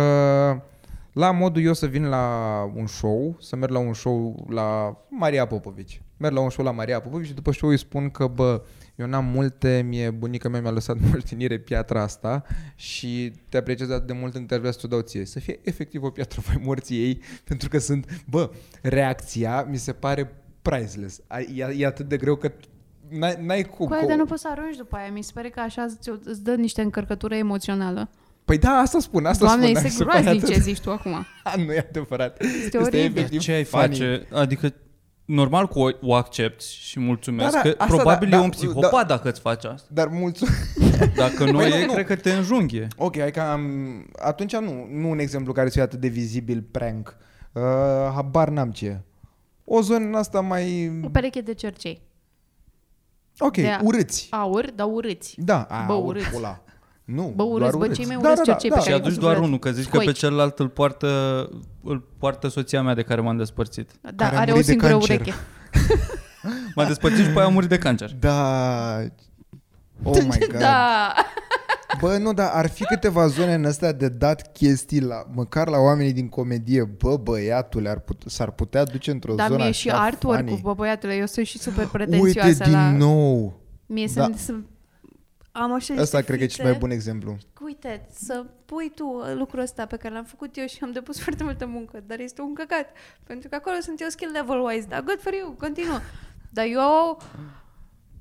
La modul eu să vin la un show, să merg la un show la Maria Popovici. Merg la un show la Maria Popovici și după show îi spun că, bă, eu n-am multe, mie bunica mea mi-a lăsat în moștenire piatra asta și te apreciez atât de mult încât ar vrea să o dau ție. Să fie efectiv o piatră voi morții ei, pentru că sunt, bă, reacția mi se pare priceless. Ai- E, e atât de greu că n-ai, n-ai cum. Cu aia, că- Păi, dar nu poți să arunci după aia. Mi se pare că așa îți, îți dă niște încărcătură emoțională. Păi da, asta spun, asta Doamne, spun. este da, se pare groaznic atât- ce zici tu acum. nu e adevărat. Este oribil. Ce ai funny. face? Adică, normal că o, o accepti și mulțumesc. Da, Da, da, da, asta că probabil da, da, e da, un psihopat da, dacă îți faci asta. Dar mulțumesc. Dacă nu, Păi e, nu. cred că te înjunghe. Ok, hai că am... Atunci nu, nu un exemplu care să fie atât de vizibil prank. Uh, habar n-am ce. e. O zonă în asta mai... O pereche de cercei. Ok, de a- urâți. Aur, dar urâți. Da, a, Da. Bă, aur, urâți. pula. Nu, Bă, urâți, doar bă, cei mai Da, urâți da, da, cercei da. pe Și ai aduci văzut doar vreodată? unul, că zici că Scoici. pe celălalt îl poartă, îl poartă soția mea de care m-am despărțit. Da, Care a are o murit de singură cancer. ureche. M-am despărțit și pe aia a murit de cancer. Da. Oh my god. Da. Bă, nu, dar ar fi câteva zone în astea de dat chestii la, măcar la oamenii din comedie. Bă, băiatul ar put, s-ar putea duce într-o Dar zonă mie și așa artwork-ul, funny. bă, băiatule, eu sunt și super Uite pretențioasă din la... nou. Mie Da. sunt, sunt... Am așa niște Ăsta cred că e cel fițe. mai bun exemplu. Uite, să pui tu uh, lucrul ăsta pe care l-am făcut eu și am depus foarte multă muncă, dar este un căcat. Pentru că acolo sunt eu skill level-wise, dar good for you, continuă. Dar eu,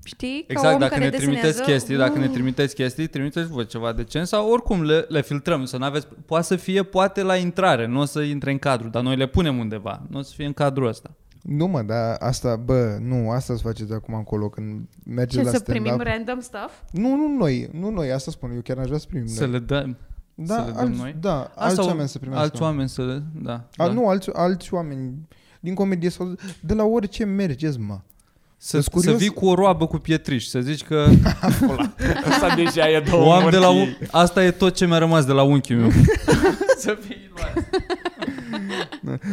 știi, ca Exact, om dacă care ne desenează, trimiteți chestii, dacă ne mm, trimiteți chestii, trimiteți voi ceva decent sau oricum le, le filtrăm, să n-aveți, poate să fie poate la intrare, nu o să intre în cadru, dar noi le punem undeva, nu o să fie în cadrul ăsta. Nu mă, dar asta, bă, nu, asta să faceți de acum încolo când mergeți Ce, la să stand-up. primim random stuff? Nu, nu noi, nu noi, asta spun, eu chiar n-aș vrea să primim Să noi. le dăm. da, să le dăm alți, noi? Da, alți oameni să primească. Alți oameni să le, da. A, da. Nu, alți, alți oameni din comedie sau de la orice mergeți, mă. Să, Ești să curios? vii cu o roabă cu pietriș, să zici că Asta deja e două o am de la morții. un... Asta e tot ce mi-a rămas de la unchiul meu. Să fii luat.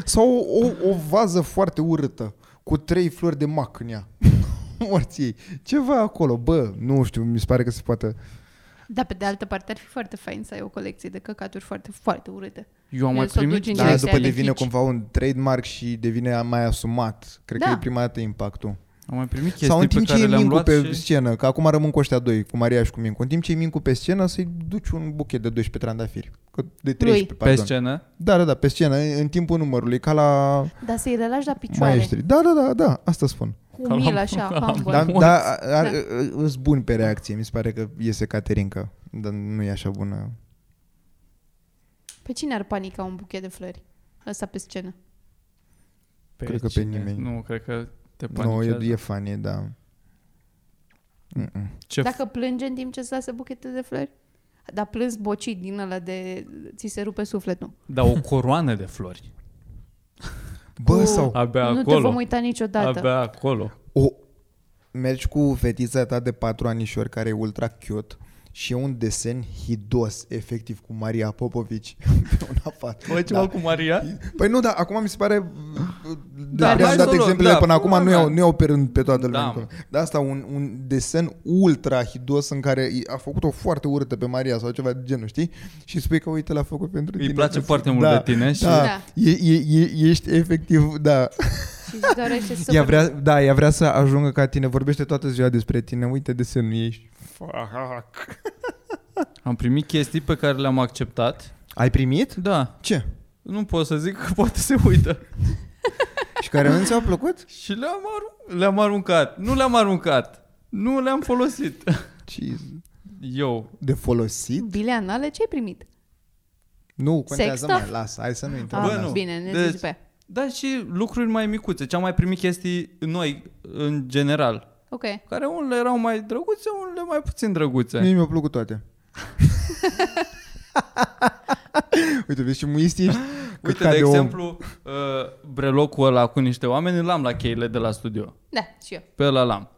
Sau o, o, o vază foarte urâtă cu trei flori de mac în ea. Morții ei. Ceva acolo, bă, nu știu, mi se pare că se poate. Da, pe de altă parte ar fi foarte fain să ai o colecție de căcaturi foarte, foarte urâte. Eu am mai El s-o primit duce în Da, direcția după lui devine Fitch. cumva un trademark și devine mai asumat. Cred că Da. e prima dată impactul. Am mai primit chestii Sau în pe timp care ce e le-am Mincu luat pe pe... și... și... scenă, că acum rămân cu ăștia doi, cu Maria și cu Mincu, în timp ce e Mincu pe scenă, să-i duci un buchet de 12 trandafiri. Că de 13, Pe pardon. scenă. Da, da, da, pe scenă, în în timpul numărului, ca la Dar să-i relași la picioare, maestri. Da, da, da, da, asta spun. cu umil așa, humble. Da, Bun. da, ar, ar, îs bun pe reacție, mi se pare că iese Caterinca, dar nu e așa bună. Pe cine ar panica un buchet de flori? Ăsta pe scenă. Cred că pe cine? nimeni. Nu, cred că te Nu, no, panicează. e, e funny, da. Mm-mm. Ce Dacă plânge în timp ce îți lasă buchete de flori? Dar plâns bocit din ăla de ți se rupe sufletul. Dar o coroană de flori. Bă, Cu- sau Abia nu te acolo. vom uita niciodată. Abia acolo. O, mergi cu fetița ta de patru anișori care e ultra cute și e un desen hidos, efectiv, cu Maria Popovici pe un afat. Bă, ceva da. cu Maria? Păi nu, da, acum mi se pare de Da, da, hai am dat să o luăm, exemplele da, până acum, nu iau, da. nu iau pe rând pe toată lumea. Da. Da. Dar asta, un, un desen ultra hidos în care i- a făcut-o foarte urâtă pe Maria sau ceva de genul, știi? Și spui că uite, l-a făcut pentru Îi tine. place foarte mult da, de tine și- Da, Da. E, e, e, ești efectiv, da. Și îți dorește să... Ea vrea, da, ea vrea să ajungă ca tine, vorbește toată ziua despre tine, uite desenul ei. Am primit chestii pe care le-am acceptat. Ai primit? Da. Ce? Nu pot să zic că poate se uită. Și care nu ți-au plăcut? Și le-am, arun- le-am aruncat. Nu le-am aruncat. Nu le-am folosit. Jesus. Eu. De folosit? Bilean, ale ce ai primit? Nu, contează Sex mai, lasă, hai să nu intrăm. Bă, în Ah, nu. asta. Bine, ne Deci- deci... pe aia. Da, și lucruri mai micuțe. Ce am mai primit chestii noi, în general. Ok. Care unele erau mai drăguțe, unele mai puțin drăguțe. Mie mi-au plăcut toate. Uite, vezi ce muist ești? Că Uite, cade de om. exemplu, uh, brelocul ăla cu niște oameni, îl am la cheile de la studio. Da, și eu. Pe ăla l-am.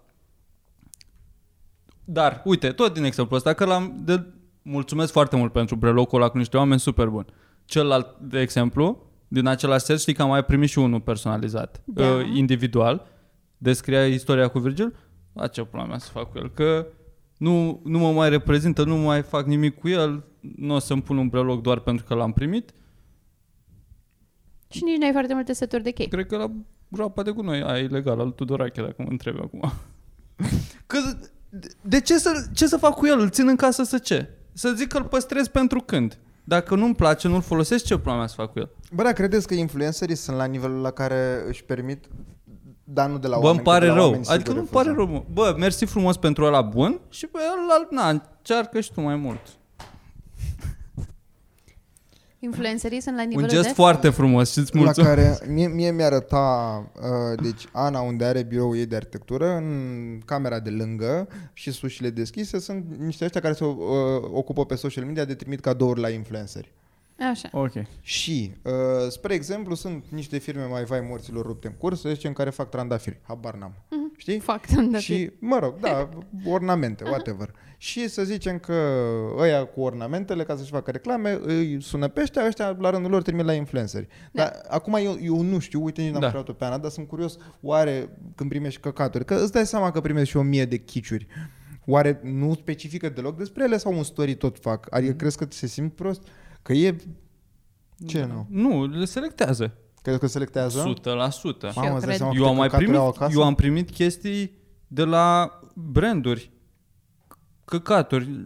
Dar, uite, tot din exemplu ăsta, că l-am de... Mulțumesc foarte mult pentru brelocul ăla cu niște oameni super bun. Celălalt, de exemplu, din același set, știi că am mai primit și unul personalizat, Da. uh, individual. Descria istoria cu Virgil. La ce pula mea să fac cu el? Că nu, nu mă mai reprezintă, nu mai fac nimic cu el, nu o să-mi pun un breloc doar pentru că l-am primit. Și nici n-ai foarte multe seturi de chei. Cred că la groapa de gunoi, aia e legal, al Tudorache, dacă mă întrebi acum. Că, de ce să, ce să fac cu el? Îl țin în casă să ce? Să zic că îl păstrez pentru când? Dacă nu-mi place, nu-l folosesc, ce problema să fac cu el? Bă, da, credeți că influencerii sunt la nivelul la care își permit dar nu de la Bă, oameni. îmi pare că de la rău. oameni se Adică nu îmi refuză. pare rău. mă. Bă, mersi frumos pentru ăla bun și pe ăla, na, încearcă și tu mai mult. Influencerii sunt la Un nivelul gest de... foarte frumos și îți La mulțumesc. care mie, mie mi-arăta, uh, deci Ana unde are biroul ei de arhitectură, în camera de lângă și sus ușile deschise, sunt niște ăștia care se uh, ocupă pe social media de trimit cadouri la influenceri. Așa. Ok. Și, uh, spre exemplu, sunt niște firme mai vai morților rupte în curs, să zicem, care fac trandafiri, habar n-am. Știi? Fac tândă. Și, mă rog, da, ornamente, whatever. Și să zicem că ăia cu ornamentele, ca să-și facă reclame, îi sună pe ăștia, ăștia la rândul lor trimit la influenceri. Da. Dar acum eu, eu nu știu, uite, nici n-am Da. da. o pe Ana, dar sunt curios, oare când primești căcaturi, că îți dai seama că primești și o mie de chiciuri, oare nu specifică deloc despre ele sau un story tot fac? Mm-hmm. Adică crezi că se simt prost? Că e... Da. Ce nu? Nu, le selectează. Crezi că selectează? 100%. Și eu Mamă, îți dai cred. seama Eu câte am mai căcaturi primit, au acasă? eu am primit chestii de la branduri, căcaturi,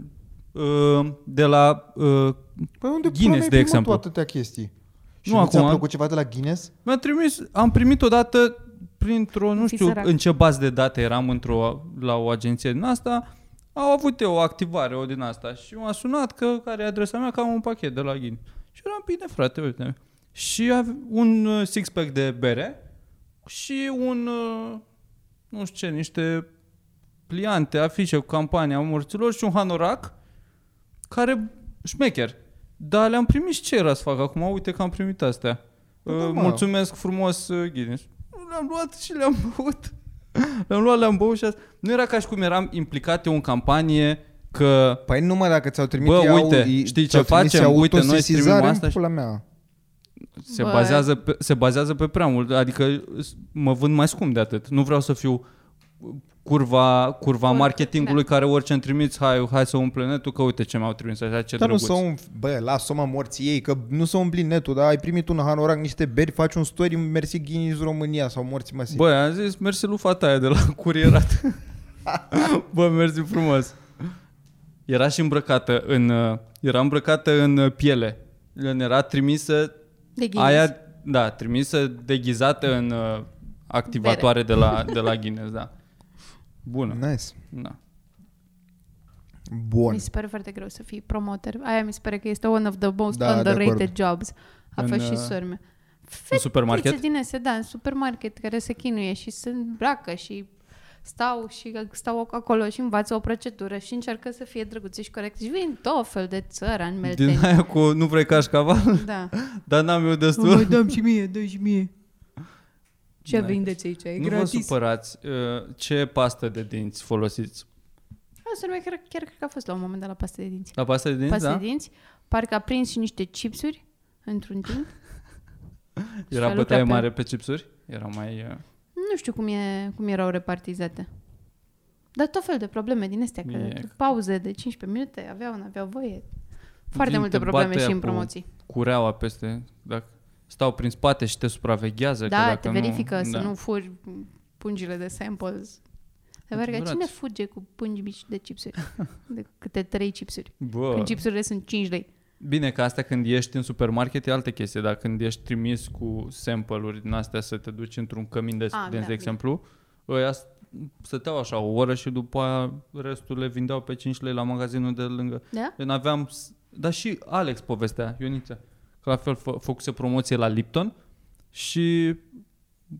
uh, de la... uh, Păi unde Guinness, pula mea ai de primit exemplu. tu atâtea chestii? Și Nu nu, nu ți-a acum. plăcut ceva de la Guinness? Mi-a trimis, am primit odată printr-o, nu Fi știu sărac. în ce bază de date eram într-o, la o agenție din asta, au avut eu o activare, o din asta și m-a sunat că care e adresa mea, că am un pachet de la Ghin. Și eram bine, frate, uite. Și ave- un uh, six-pack de bere și un, uh, nu știu ce, niște pliante, afișe cu campania morților și un hanorac care, șmecher. Dar le-am primit și ce era să fac acum? Uite că am primit astea. Păi Uh, da, mă. mulțumesc frumos, uh, Guinness. Le-am luat și le-am băut. Le-am luat, le-am băut și asta. Nu era ca și cum eram implicat eu în campanie că Păi nu mă, dacă ți-au trimis Bă, ei au- uite, ei- știi ce ți-au trimis facem? ei Uite, noi autosesizare trimim în asta și- pula mea. se Bă. bazează, pe, se bazează pe prea mult, adică s- mă vând mai scump de atât. Nu vreau să fiu curva, curva Cur- marketingului care orice îmi trimiți, hai, hai să umple netul, că uite ce mi-au trimis așa, ce Dar nu drăguț. s-au umf... Bă, lasă-mă morții ei, că nu s-au umplit netul, dar ai primit un hanorac, niște beri, faci un story, mersi Guinness România sau morți măsii. Bă, am zis, mersi lui fata aia de la curierat. Bă, mersi frumos. Era și îmbrăcată în, uh, era îmbrăcată în uh, piele. Len Era trimisă, De Guinness. aia, da, trimisă deghizată în uh, activatoare de la, de la Guinness, da. Bună. Nice. Da. Bun. Mi se pare foarte greu să fii promoter. Aia mi se pare că este one of the most Da, de underrated acord. jobs. A În, fost și uh, sorme. în supermarket? Fetițe din ese, da, în supermarket, care se chinuie și se îmbracă și stau și stau acolo și învață o procedură și încearcă să fie drăguți și corect. Și vin tot fel de țări în Din melteni. aia cu nu vrei cașcaval, Da. dar n-am eu destul. dăm și mie, dă și mie. Ce Da. vindeți aici? E Nu vă gratis. supărați. uh, Ce pastă de dinți folosiți? Ah, Sorme, chiar, chiar cred că a fost la un moment dat la paste de dinți. La pastă de dinți, Paste da? de dinți, parcă a prins și niște chipsuri într-un timp. și a Era lucrat bătaie pe- mare pe chipsuri? Era mai... uh, Nu știu cum, e, cum erau repartizate. Dar tot fel de probleme din astea, că E- pauze de 15 minute aveau, nu aveau voie. Foarte Vin, multe te probleme bate și aia în cu- promoții. cureaua peste, dacă stau prin spate și te supraveghează. că Da, dacă te verifică nu, să da. nu furi pungile de samples. Te verifică Adevărat. cine fuge cu pungi mici de chipsuri? De câte trei chipsuri. Bă, Când chipsurile sunt 5 lei. bine că asta când ești în supermarket e altă chestie, dar când ești trimis cu sample-uri din astea să te duci într-un cămin de da, studenți, de bine. exemplu, ăia s- stăteau așa o oră și după aia restul le vindeau pe 5 lei la magazinul de lângă. Da? Eu n-aveam... s- Dar și Alex povestea, Ioniță, că la fel fă, făcuse promoție la Lipton și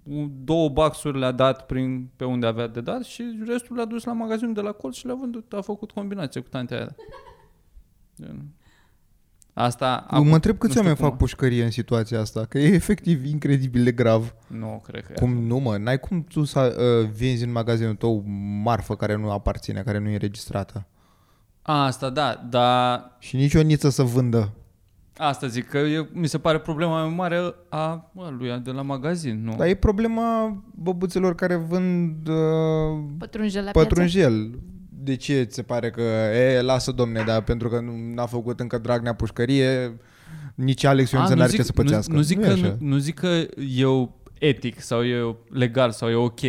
u- două baxuri le-a dat prin, pe unde avea de dat și restul le-a dus la magazinul de la colț și le-a vândut. A făcut combinație cu tantea aia. Gen. Asta... Eu mă întreb nu câți știu oameni cum- fac pușcărie în situația asta, că e efectiv incredibil de grav. Nu, cred că e. Cum nu, mă? N-ai cum tu să uh, vinzi în magazinul tău marfă care nu aparține, care nu e înregistrată. Asta, da, dar Și nici o niță să vândă. asta zic că e, mi se pare problema mai mare a, a lui de la magazin, nu? Dar e problema băbuțelor care vând uh, Pătrunji de la piață. pătrunjel. De ce ți se pare că, e, lasă domne, dar pentru că nu n-a făcut încă Dragnea pușcărie, nici Alex A, Ionță Ah, nu n-are zic- ce să pățească. Nu, nu, zic e că, așa. nu, nu zic că eu etic sau eu legal sau eu ok.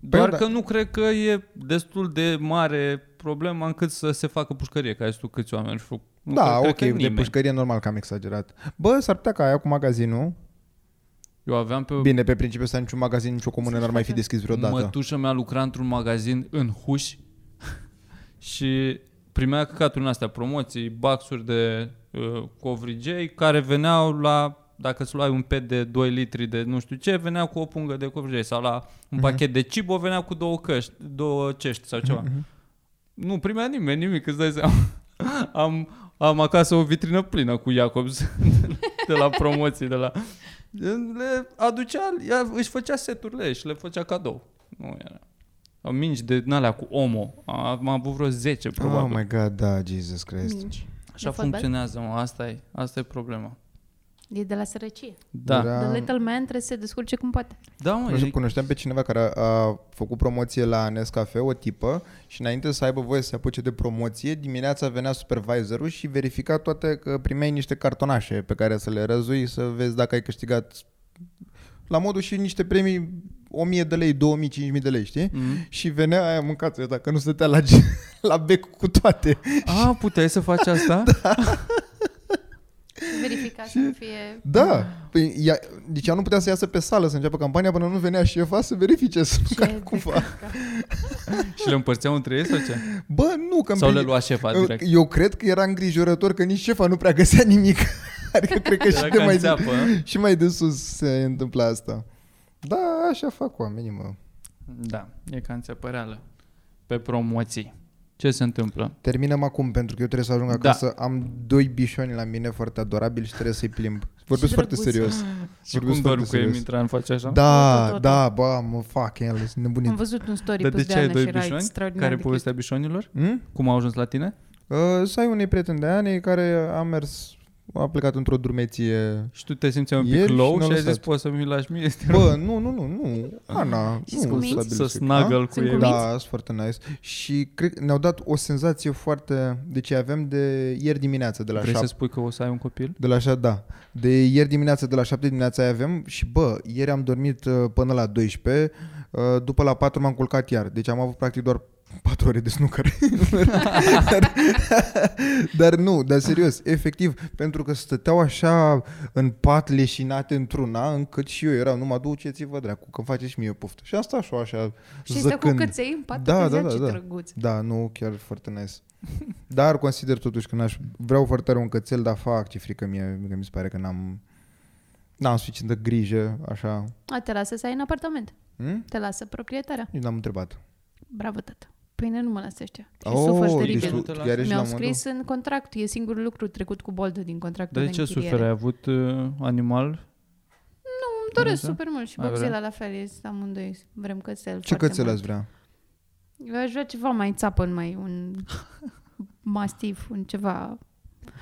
Doar Păi da. că nu cred că e destul de mare problema încât să se facă pușcărie, ca ai zis tu câți oameni și făc. Nu Da, cred, ok, cred că de nimeni. pușcărie normal că am exagerat. Bă, s-ar putea ca aia cu magazinul Eu aveam pe Bine, pe principiu să niciun magazin, nicio comună n-ar mai fi deschis vreodată. mătușa mea lucra într-un magazin în Huș și primea căcatul în astea, promoții, baxuri de uh, covrigei care veneau la, dacă îți luai un pet de 2 litri de nu știu ce, venea cu o pungă de covrigei sau la un pachet de cibo venea cu două căști, două cești sau ceva. Mhm. Nu primea nimeni nimic, îți dai seama. Am, am acasă o vitrină plină cu Jacobs de la promoții, de la... Le aducea, ea își făcea seturile și le făcea cadou. Nu era. Au mingi de din alea cu Omo. Am avut vreo 10, Oh probabil. my god, da, Jesus Christ. Mingi. Așa De fotbal? funcționează, mă. Asta e, asta e problema. E de la sărăcie. Da. Era- The little man trebuie să se descurce cum poate. Da, mă, Nu știu, e, cunoșteam pe cineva care a, a făcut promoție la Nescafe, o tipă, și înainte să aibă voie să se apuce de promoție, dimineața venea supervisorul și verifica toate că primeai niște cartonașe pe care să le răzui, să vezi dacă ai câștigat la modul și niște premii 1000 de lei, 2000, 5000 de lei, știi? Mm. Mm-hmm. Și venea aia mâncați dacă nu stătea la, ge- la bec cu toate. a, puteai să faci asta? Da. Verifica să nu fie... Da, păi ea, deci ea nu putea să iasă pe sală să înceapă campania până nu venea șefa să verifice să nu Ce care de cumva. căcat. și le împărțeau între ei sau ce? Bă, nu, că în Sau le prin- lua șefa direct? Eu cred că era îngrijorător că nici șefa nu prea găsea nimic. adică cred că și Era de, ca în mai, țeapă. și mai de sus se întâmpla asta. Da, așa fac oamenii, mă. Da, e ca în țepăreală. Pe promoții. Ce se întâmplă? Terminăm acum pentru că eu trebuie să ajung Da. acasă. Am doi bișoni la mine foarte adorabili și trebuie să-i plimb. Vorbesc foarte drăguț. serios. Și Vorbesc cum foarte doar cu serios. Emitran face așa? Da, Da, da, da, bă, mă, fac, el, sunt Am nebunit. văzut un story Dar pus de ce ai Ana doi și era bișoni? extraordinar Care de povestea bișonilor? Hm? Cum au ajuns la tine? Uh, să ai unei prieteni de ani care a mers, a plecat într-o drumeție. Și tu te simțeai un pic Ieri și low n-a și ai lăsat. zis poți să mi lași mie este Bă, nu, nu, nu, nu, Ana, Și nu, sunt cuminți? stabil Ah. să să- A? snuggle cu Sunt el. cuminți? Da, sunt foarte nice. Și cred, ne-au dat o senzație foarte... Deci aveam de ieri dimineață de la Vrei 7. să spui că o să ai un copil? De la așa, da. De ieri dimineață, de la 7 dimineața aia avem și bă, ieri am dormit uh, până la 12, uh, după la 4 m-am culcat iar. Deci am avut practic doar 4 ore de snooker. dar, dar nu, dar serios, efectiv, pentru că stăteau așa în pat leșinate într-una, încât și eu eram, nu mă duceți-vă dracu, că faceți și mie poftă. Și asta așa, așa, Și stă cu zăcând. căței în pat, Da, da, da, da, ce da. drăguț. Da, nu, chiar foarte nice. Dar consider totuși că n-aș... Vreau foarte tare un cățel, dar fac ce frică mie, că mi se pare că n-am... N-am suficientă grijă, așa. A, te lasă să ai în apartament. Hm? Te lasă proprietarea. Nici n-am întrebat. Bravo, tată. Pâine nu mă lasă ăștia. Și sufăr deci teribil. tu Nu te lasă. chiar ești la Mi-au modul... scris în contract. E singurul lucru trecut cu boldă din contractul Dar de de ce închiriere. suferi? Ai avut uh, animal? Nu, îmi doresc Așa? super mult și Ai vrea? Boxila la fel. E amândoi vrem cățel. Ce foarte cățel mult. ați vrea? Eu aș vrea ceva mai țapăn, mai un mastif, un ceva...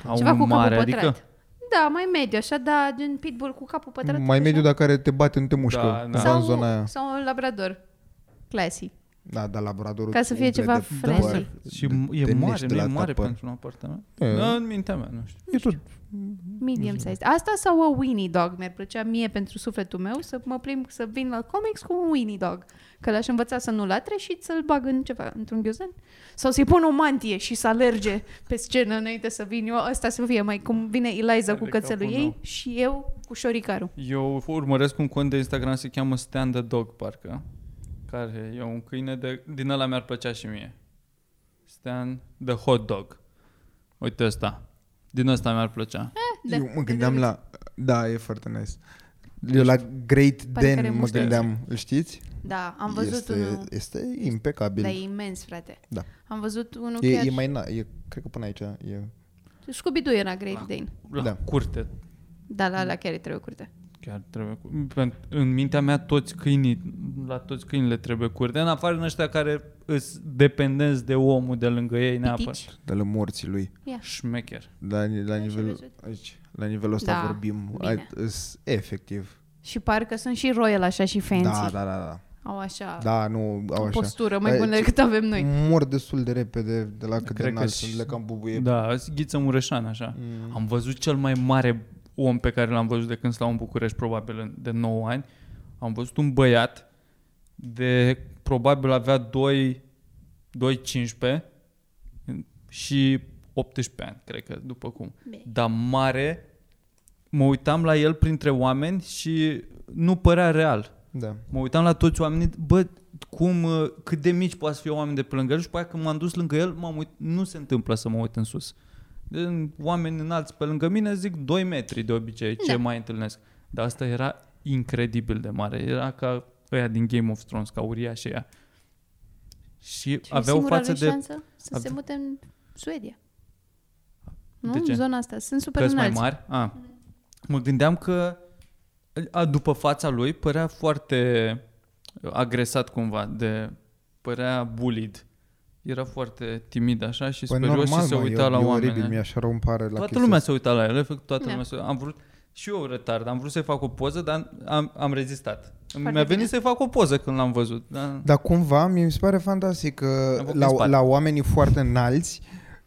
Au Da. ceva cu un mare, capul pătrat. adică? Da, mai mediu, așa, dar gen pitbull cu capul pătrat. Mai așa. mediu, dar care te bate, nu te mușcă. Da, Da, da. da. în zona aia. sau un labrador. Classy. Da, dar labradorul... Ca să fie umple ceva de păr. flashy. da. Și De- e de mare, niște nu la e mare tapă. pentru un apartament? E. Da, în mintea mea, nu știu. E tot. Medium Mhm. size. Asta sau o Winnie dog? Mi-ar plăcea mie pentru sufletul meu să mă plimb, să vin la comics cu un Winnie dog. Că l-aș învăța să nu latre și să-l bag în ceva, într-un ghiozdan. Sau să-i pun o mantie și să alerge pe scenă înainte să vin eu. Asta să fie mai cum vine Eliza Are cu de cățelul capul ei meu. și eu cu șoricarul. Eu urmăresc un cont de Instagram, se cheamă Stand the Dog, parcă, care e un câine de... Din ăla mi-ar plăcea și mie. Stand the Hot Dog. Uite ăsta. Din ăsta mi-ar plăcea. Da, Eu mă de gândeam drăguț. la... Da, e foarte nice. Eu la Great Pare că are Dan mă mustață. gândeam, îl știți? Da, am văzut este, unul. Este impecabil. Dar e imens, frate. Da. Am văzut unul E, chiar... e mai... Na, e, cred că până aici e... Scooby-Doo era Great Dane. La Da. da. curte. Da, la alea chiar îi trebuie curte. Chiar trebuie cu... pen- În mintea mea toți câinii, la toți câinile trebuie curte, în afară din ăștia care îs dependenți de omul de lângă ei Pitici. neapărat. De la morții lui. Ia. Șmecher. La, la, nivel, văzut. aici, la nivelul ăsta Da, vorbim. bine. A, îs, efectiv. Și parcă sunt și royal așa și fancy. Da, da, da, da. Au așa, Da, nu, au o așa. postură mai Ai- bună decât avem Mm, noi. Mor destul de repede de la cât de Cred că înalt și- sunt, le cam bubuie. Da, ghiță mureșan așa. Mm. Am văzut cel mai mare om pe care l-am văzut de când stau în București, probabil în- de 9 ani. Am văzut un băiat de probabil avea 2 2-15 și 18 ani, cred că, după cum. Bine. Dar mare, mă uitam la el printre oameni și nu părea real. Da. Mă uitam la toți oamenii, bă, cum, uh, cât de mici poate să fie oameni de pe lângă el și pe aia când m-am dus lângă el, m-am uit, nu se întâmplă să mă uit în sus. În- Oameni înalți pe lângă mine zic 2 metri de obicei, ce Da. mai întâlnesc. Dar asta era incredibil de mare. Era ca ăia din Game of Thrones, ca uriașii ăia. Și Și aveau singura față lui de... șansă să se ave- mute în Suedia. Nu, De ce? în zona asta. Sunt super Căți mai înalți. mari? A. Mă gândeam că a, după fața lui părea foarte agresat cumva, de părea bullied. Era foarte timid așa și Păi sperios și normal, se mă, uita e, la e oameni. eh. oribil, mi-aș rău îmi pare la toată chestia lumea se uita la el, efectiv toată Da. lumea se Am vrut și eu retard, am vrut să-i fac o poză, dar am, am rezistat. Mi-a bine. venit să-i fac o poză când l-am văzut. da. Dar... Dar cumva mi se pare fantastic că Am făcut în la, spate. la oamenii foarte înalți,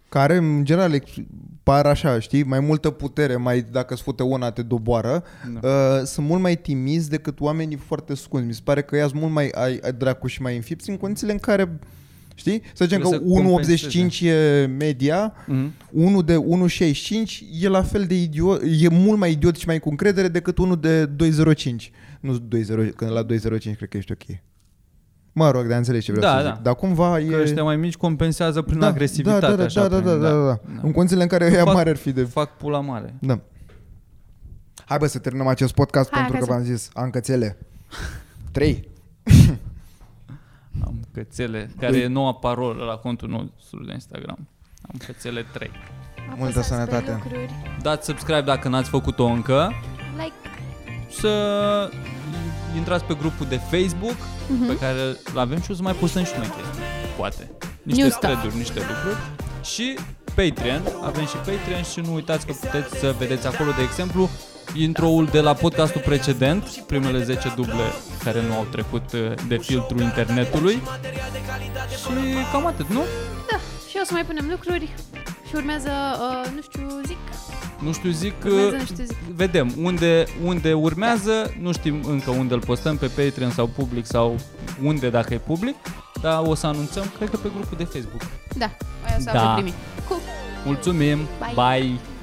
care în general ex- par așa, știi, mai multă putere, mai dacă sfute una te doboară, Da. uh, sunt mult mai timizi decât oamenii foarte scunzi. Mi se pare că ea sunt mult mai ai, ai dracu și mai înfipți în condițiile în care, știi, să zicem Trebuie să că 1,85 e media, Mhm. unul de 1,65 e la fel de idiot, e mult mai idiot și mai cu încredere decât unul de 2,05. Nu 2,0, când la 2,05 cred că ești ok. Mă rog, dar înțelegi ce vreau Da, să da. zic. Dar cumva Că e... ăștia mai mici compensează prin agresivitate. da, da, așa, da, da, prin- da, da, da, da. În condițiile în care ea fac- mare ar fi de... Fac pula mare. Da. Hai bă să terminăm acest podcast Hai, pentru că hai v-am zis, am cățele. 3. Am cățele, care e noua parolă la contul nostru de Instagram. Am cățele 3. Apăsați Multă pe sănătate. lucruri. Dați subscribe dacă n-ați făcut-o încă. Like. Să intrați pe grupul de Facebook, Mhm. pe care îl avem și o să mai postăm și noi chestii. Poate. Niște New stuff. thread-uri, niște lucruri. Și Patreon. Avem și Patreon și nu uitați că puteți să vedeți acolo, de exemplu, introul de la podcastul precedent, primele 10 duble care nu au trecut uh, de filtrul internetului. Și cam atât, nu? Da. Și o să mai punem lucruri. Și urmează, uh, nu știu, zic. Nu știu, zic... Urmează, uh, nu știu, zic. Vedem unde, unde urmează, nu știm încă unde îl postăm, pe Patreon sau public sau unde dacă e public, dar o să anunțăm, cred că pe grupul de Facebook. Da. Aia o să Da. da. primii. Cu. Mulțumim! Bye. Bye.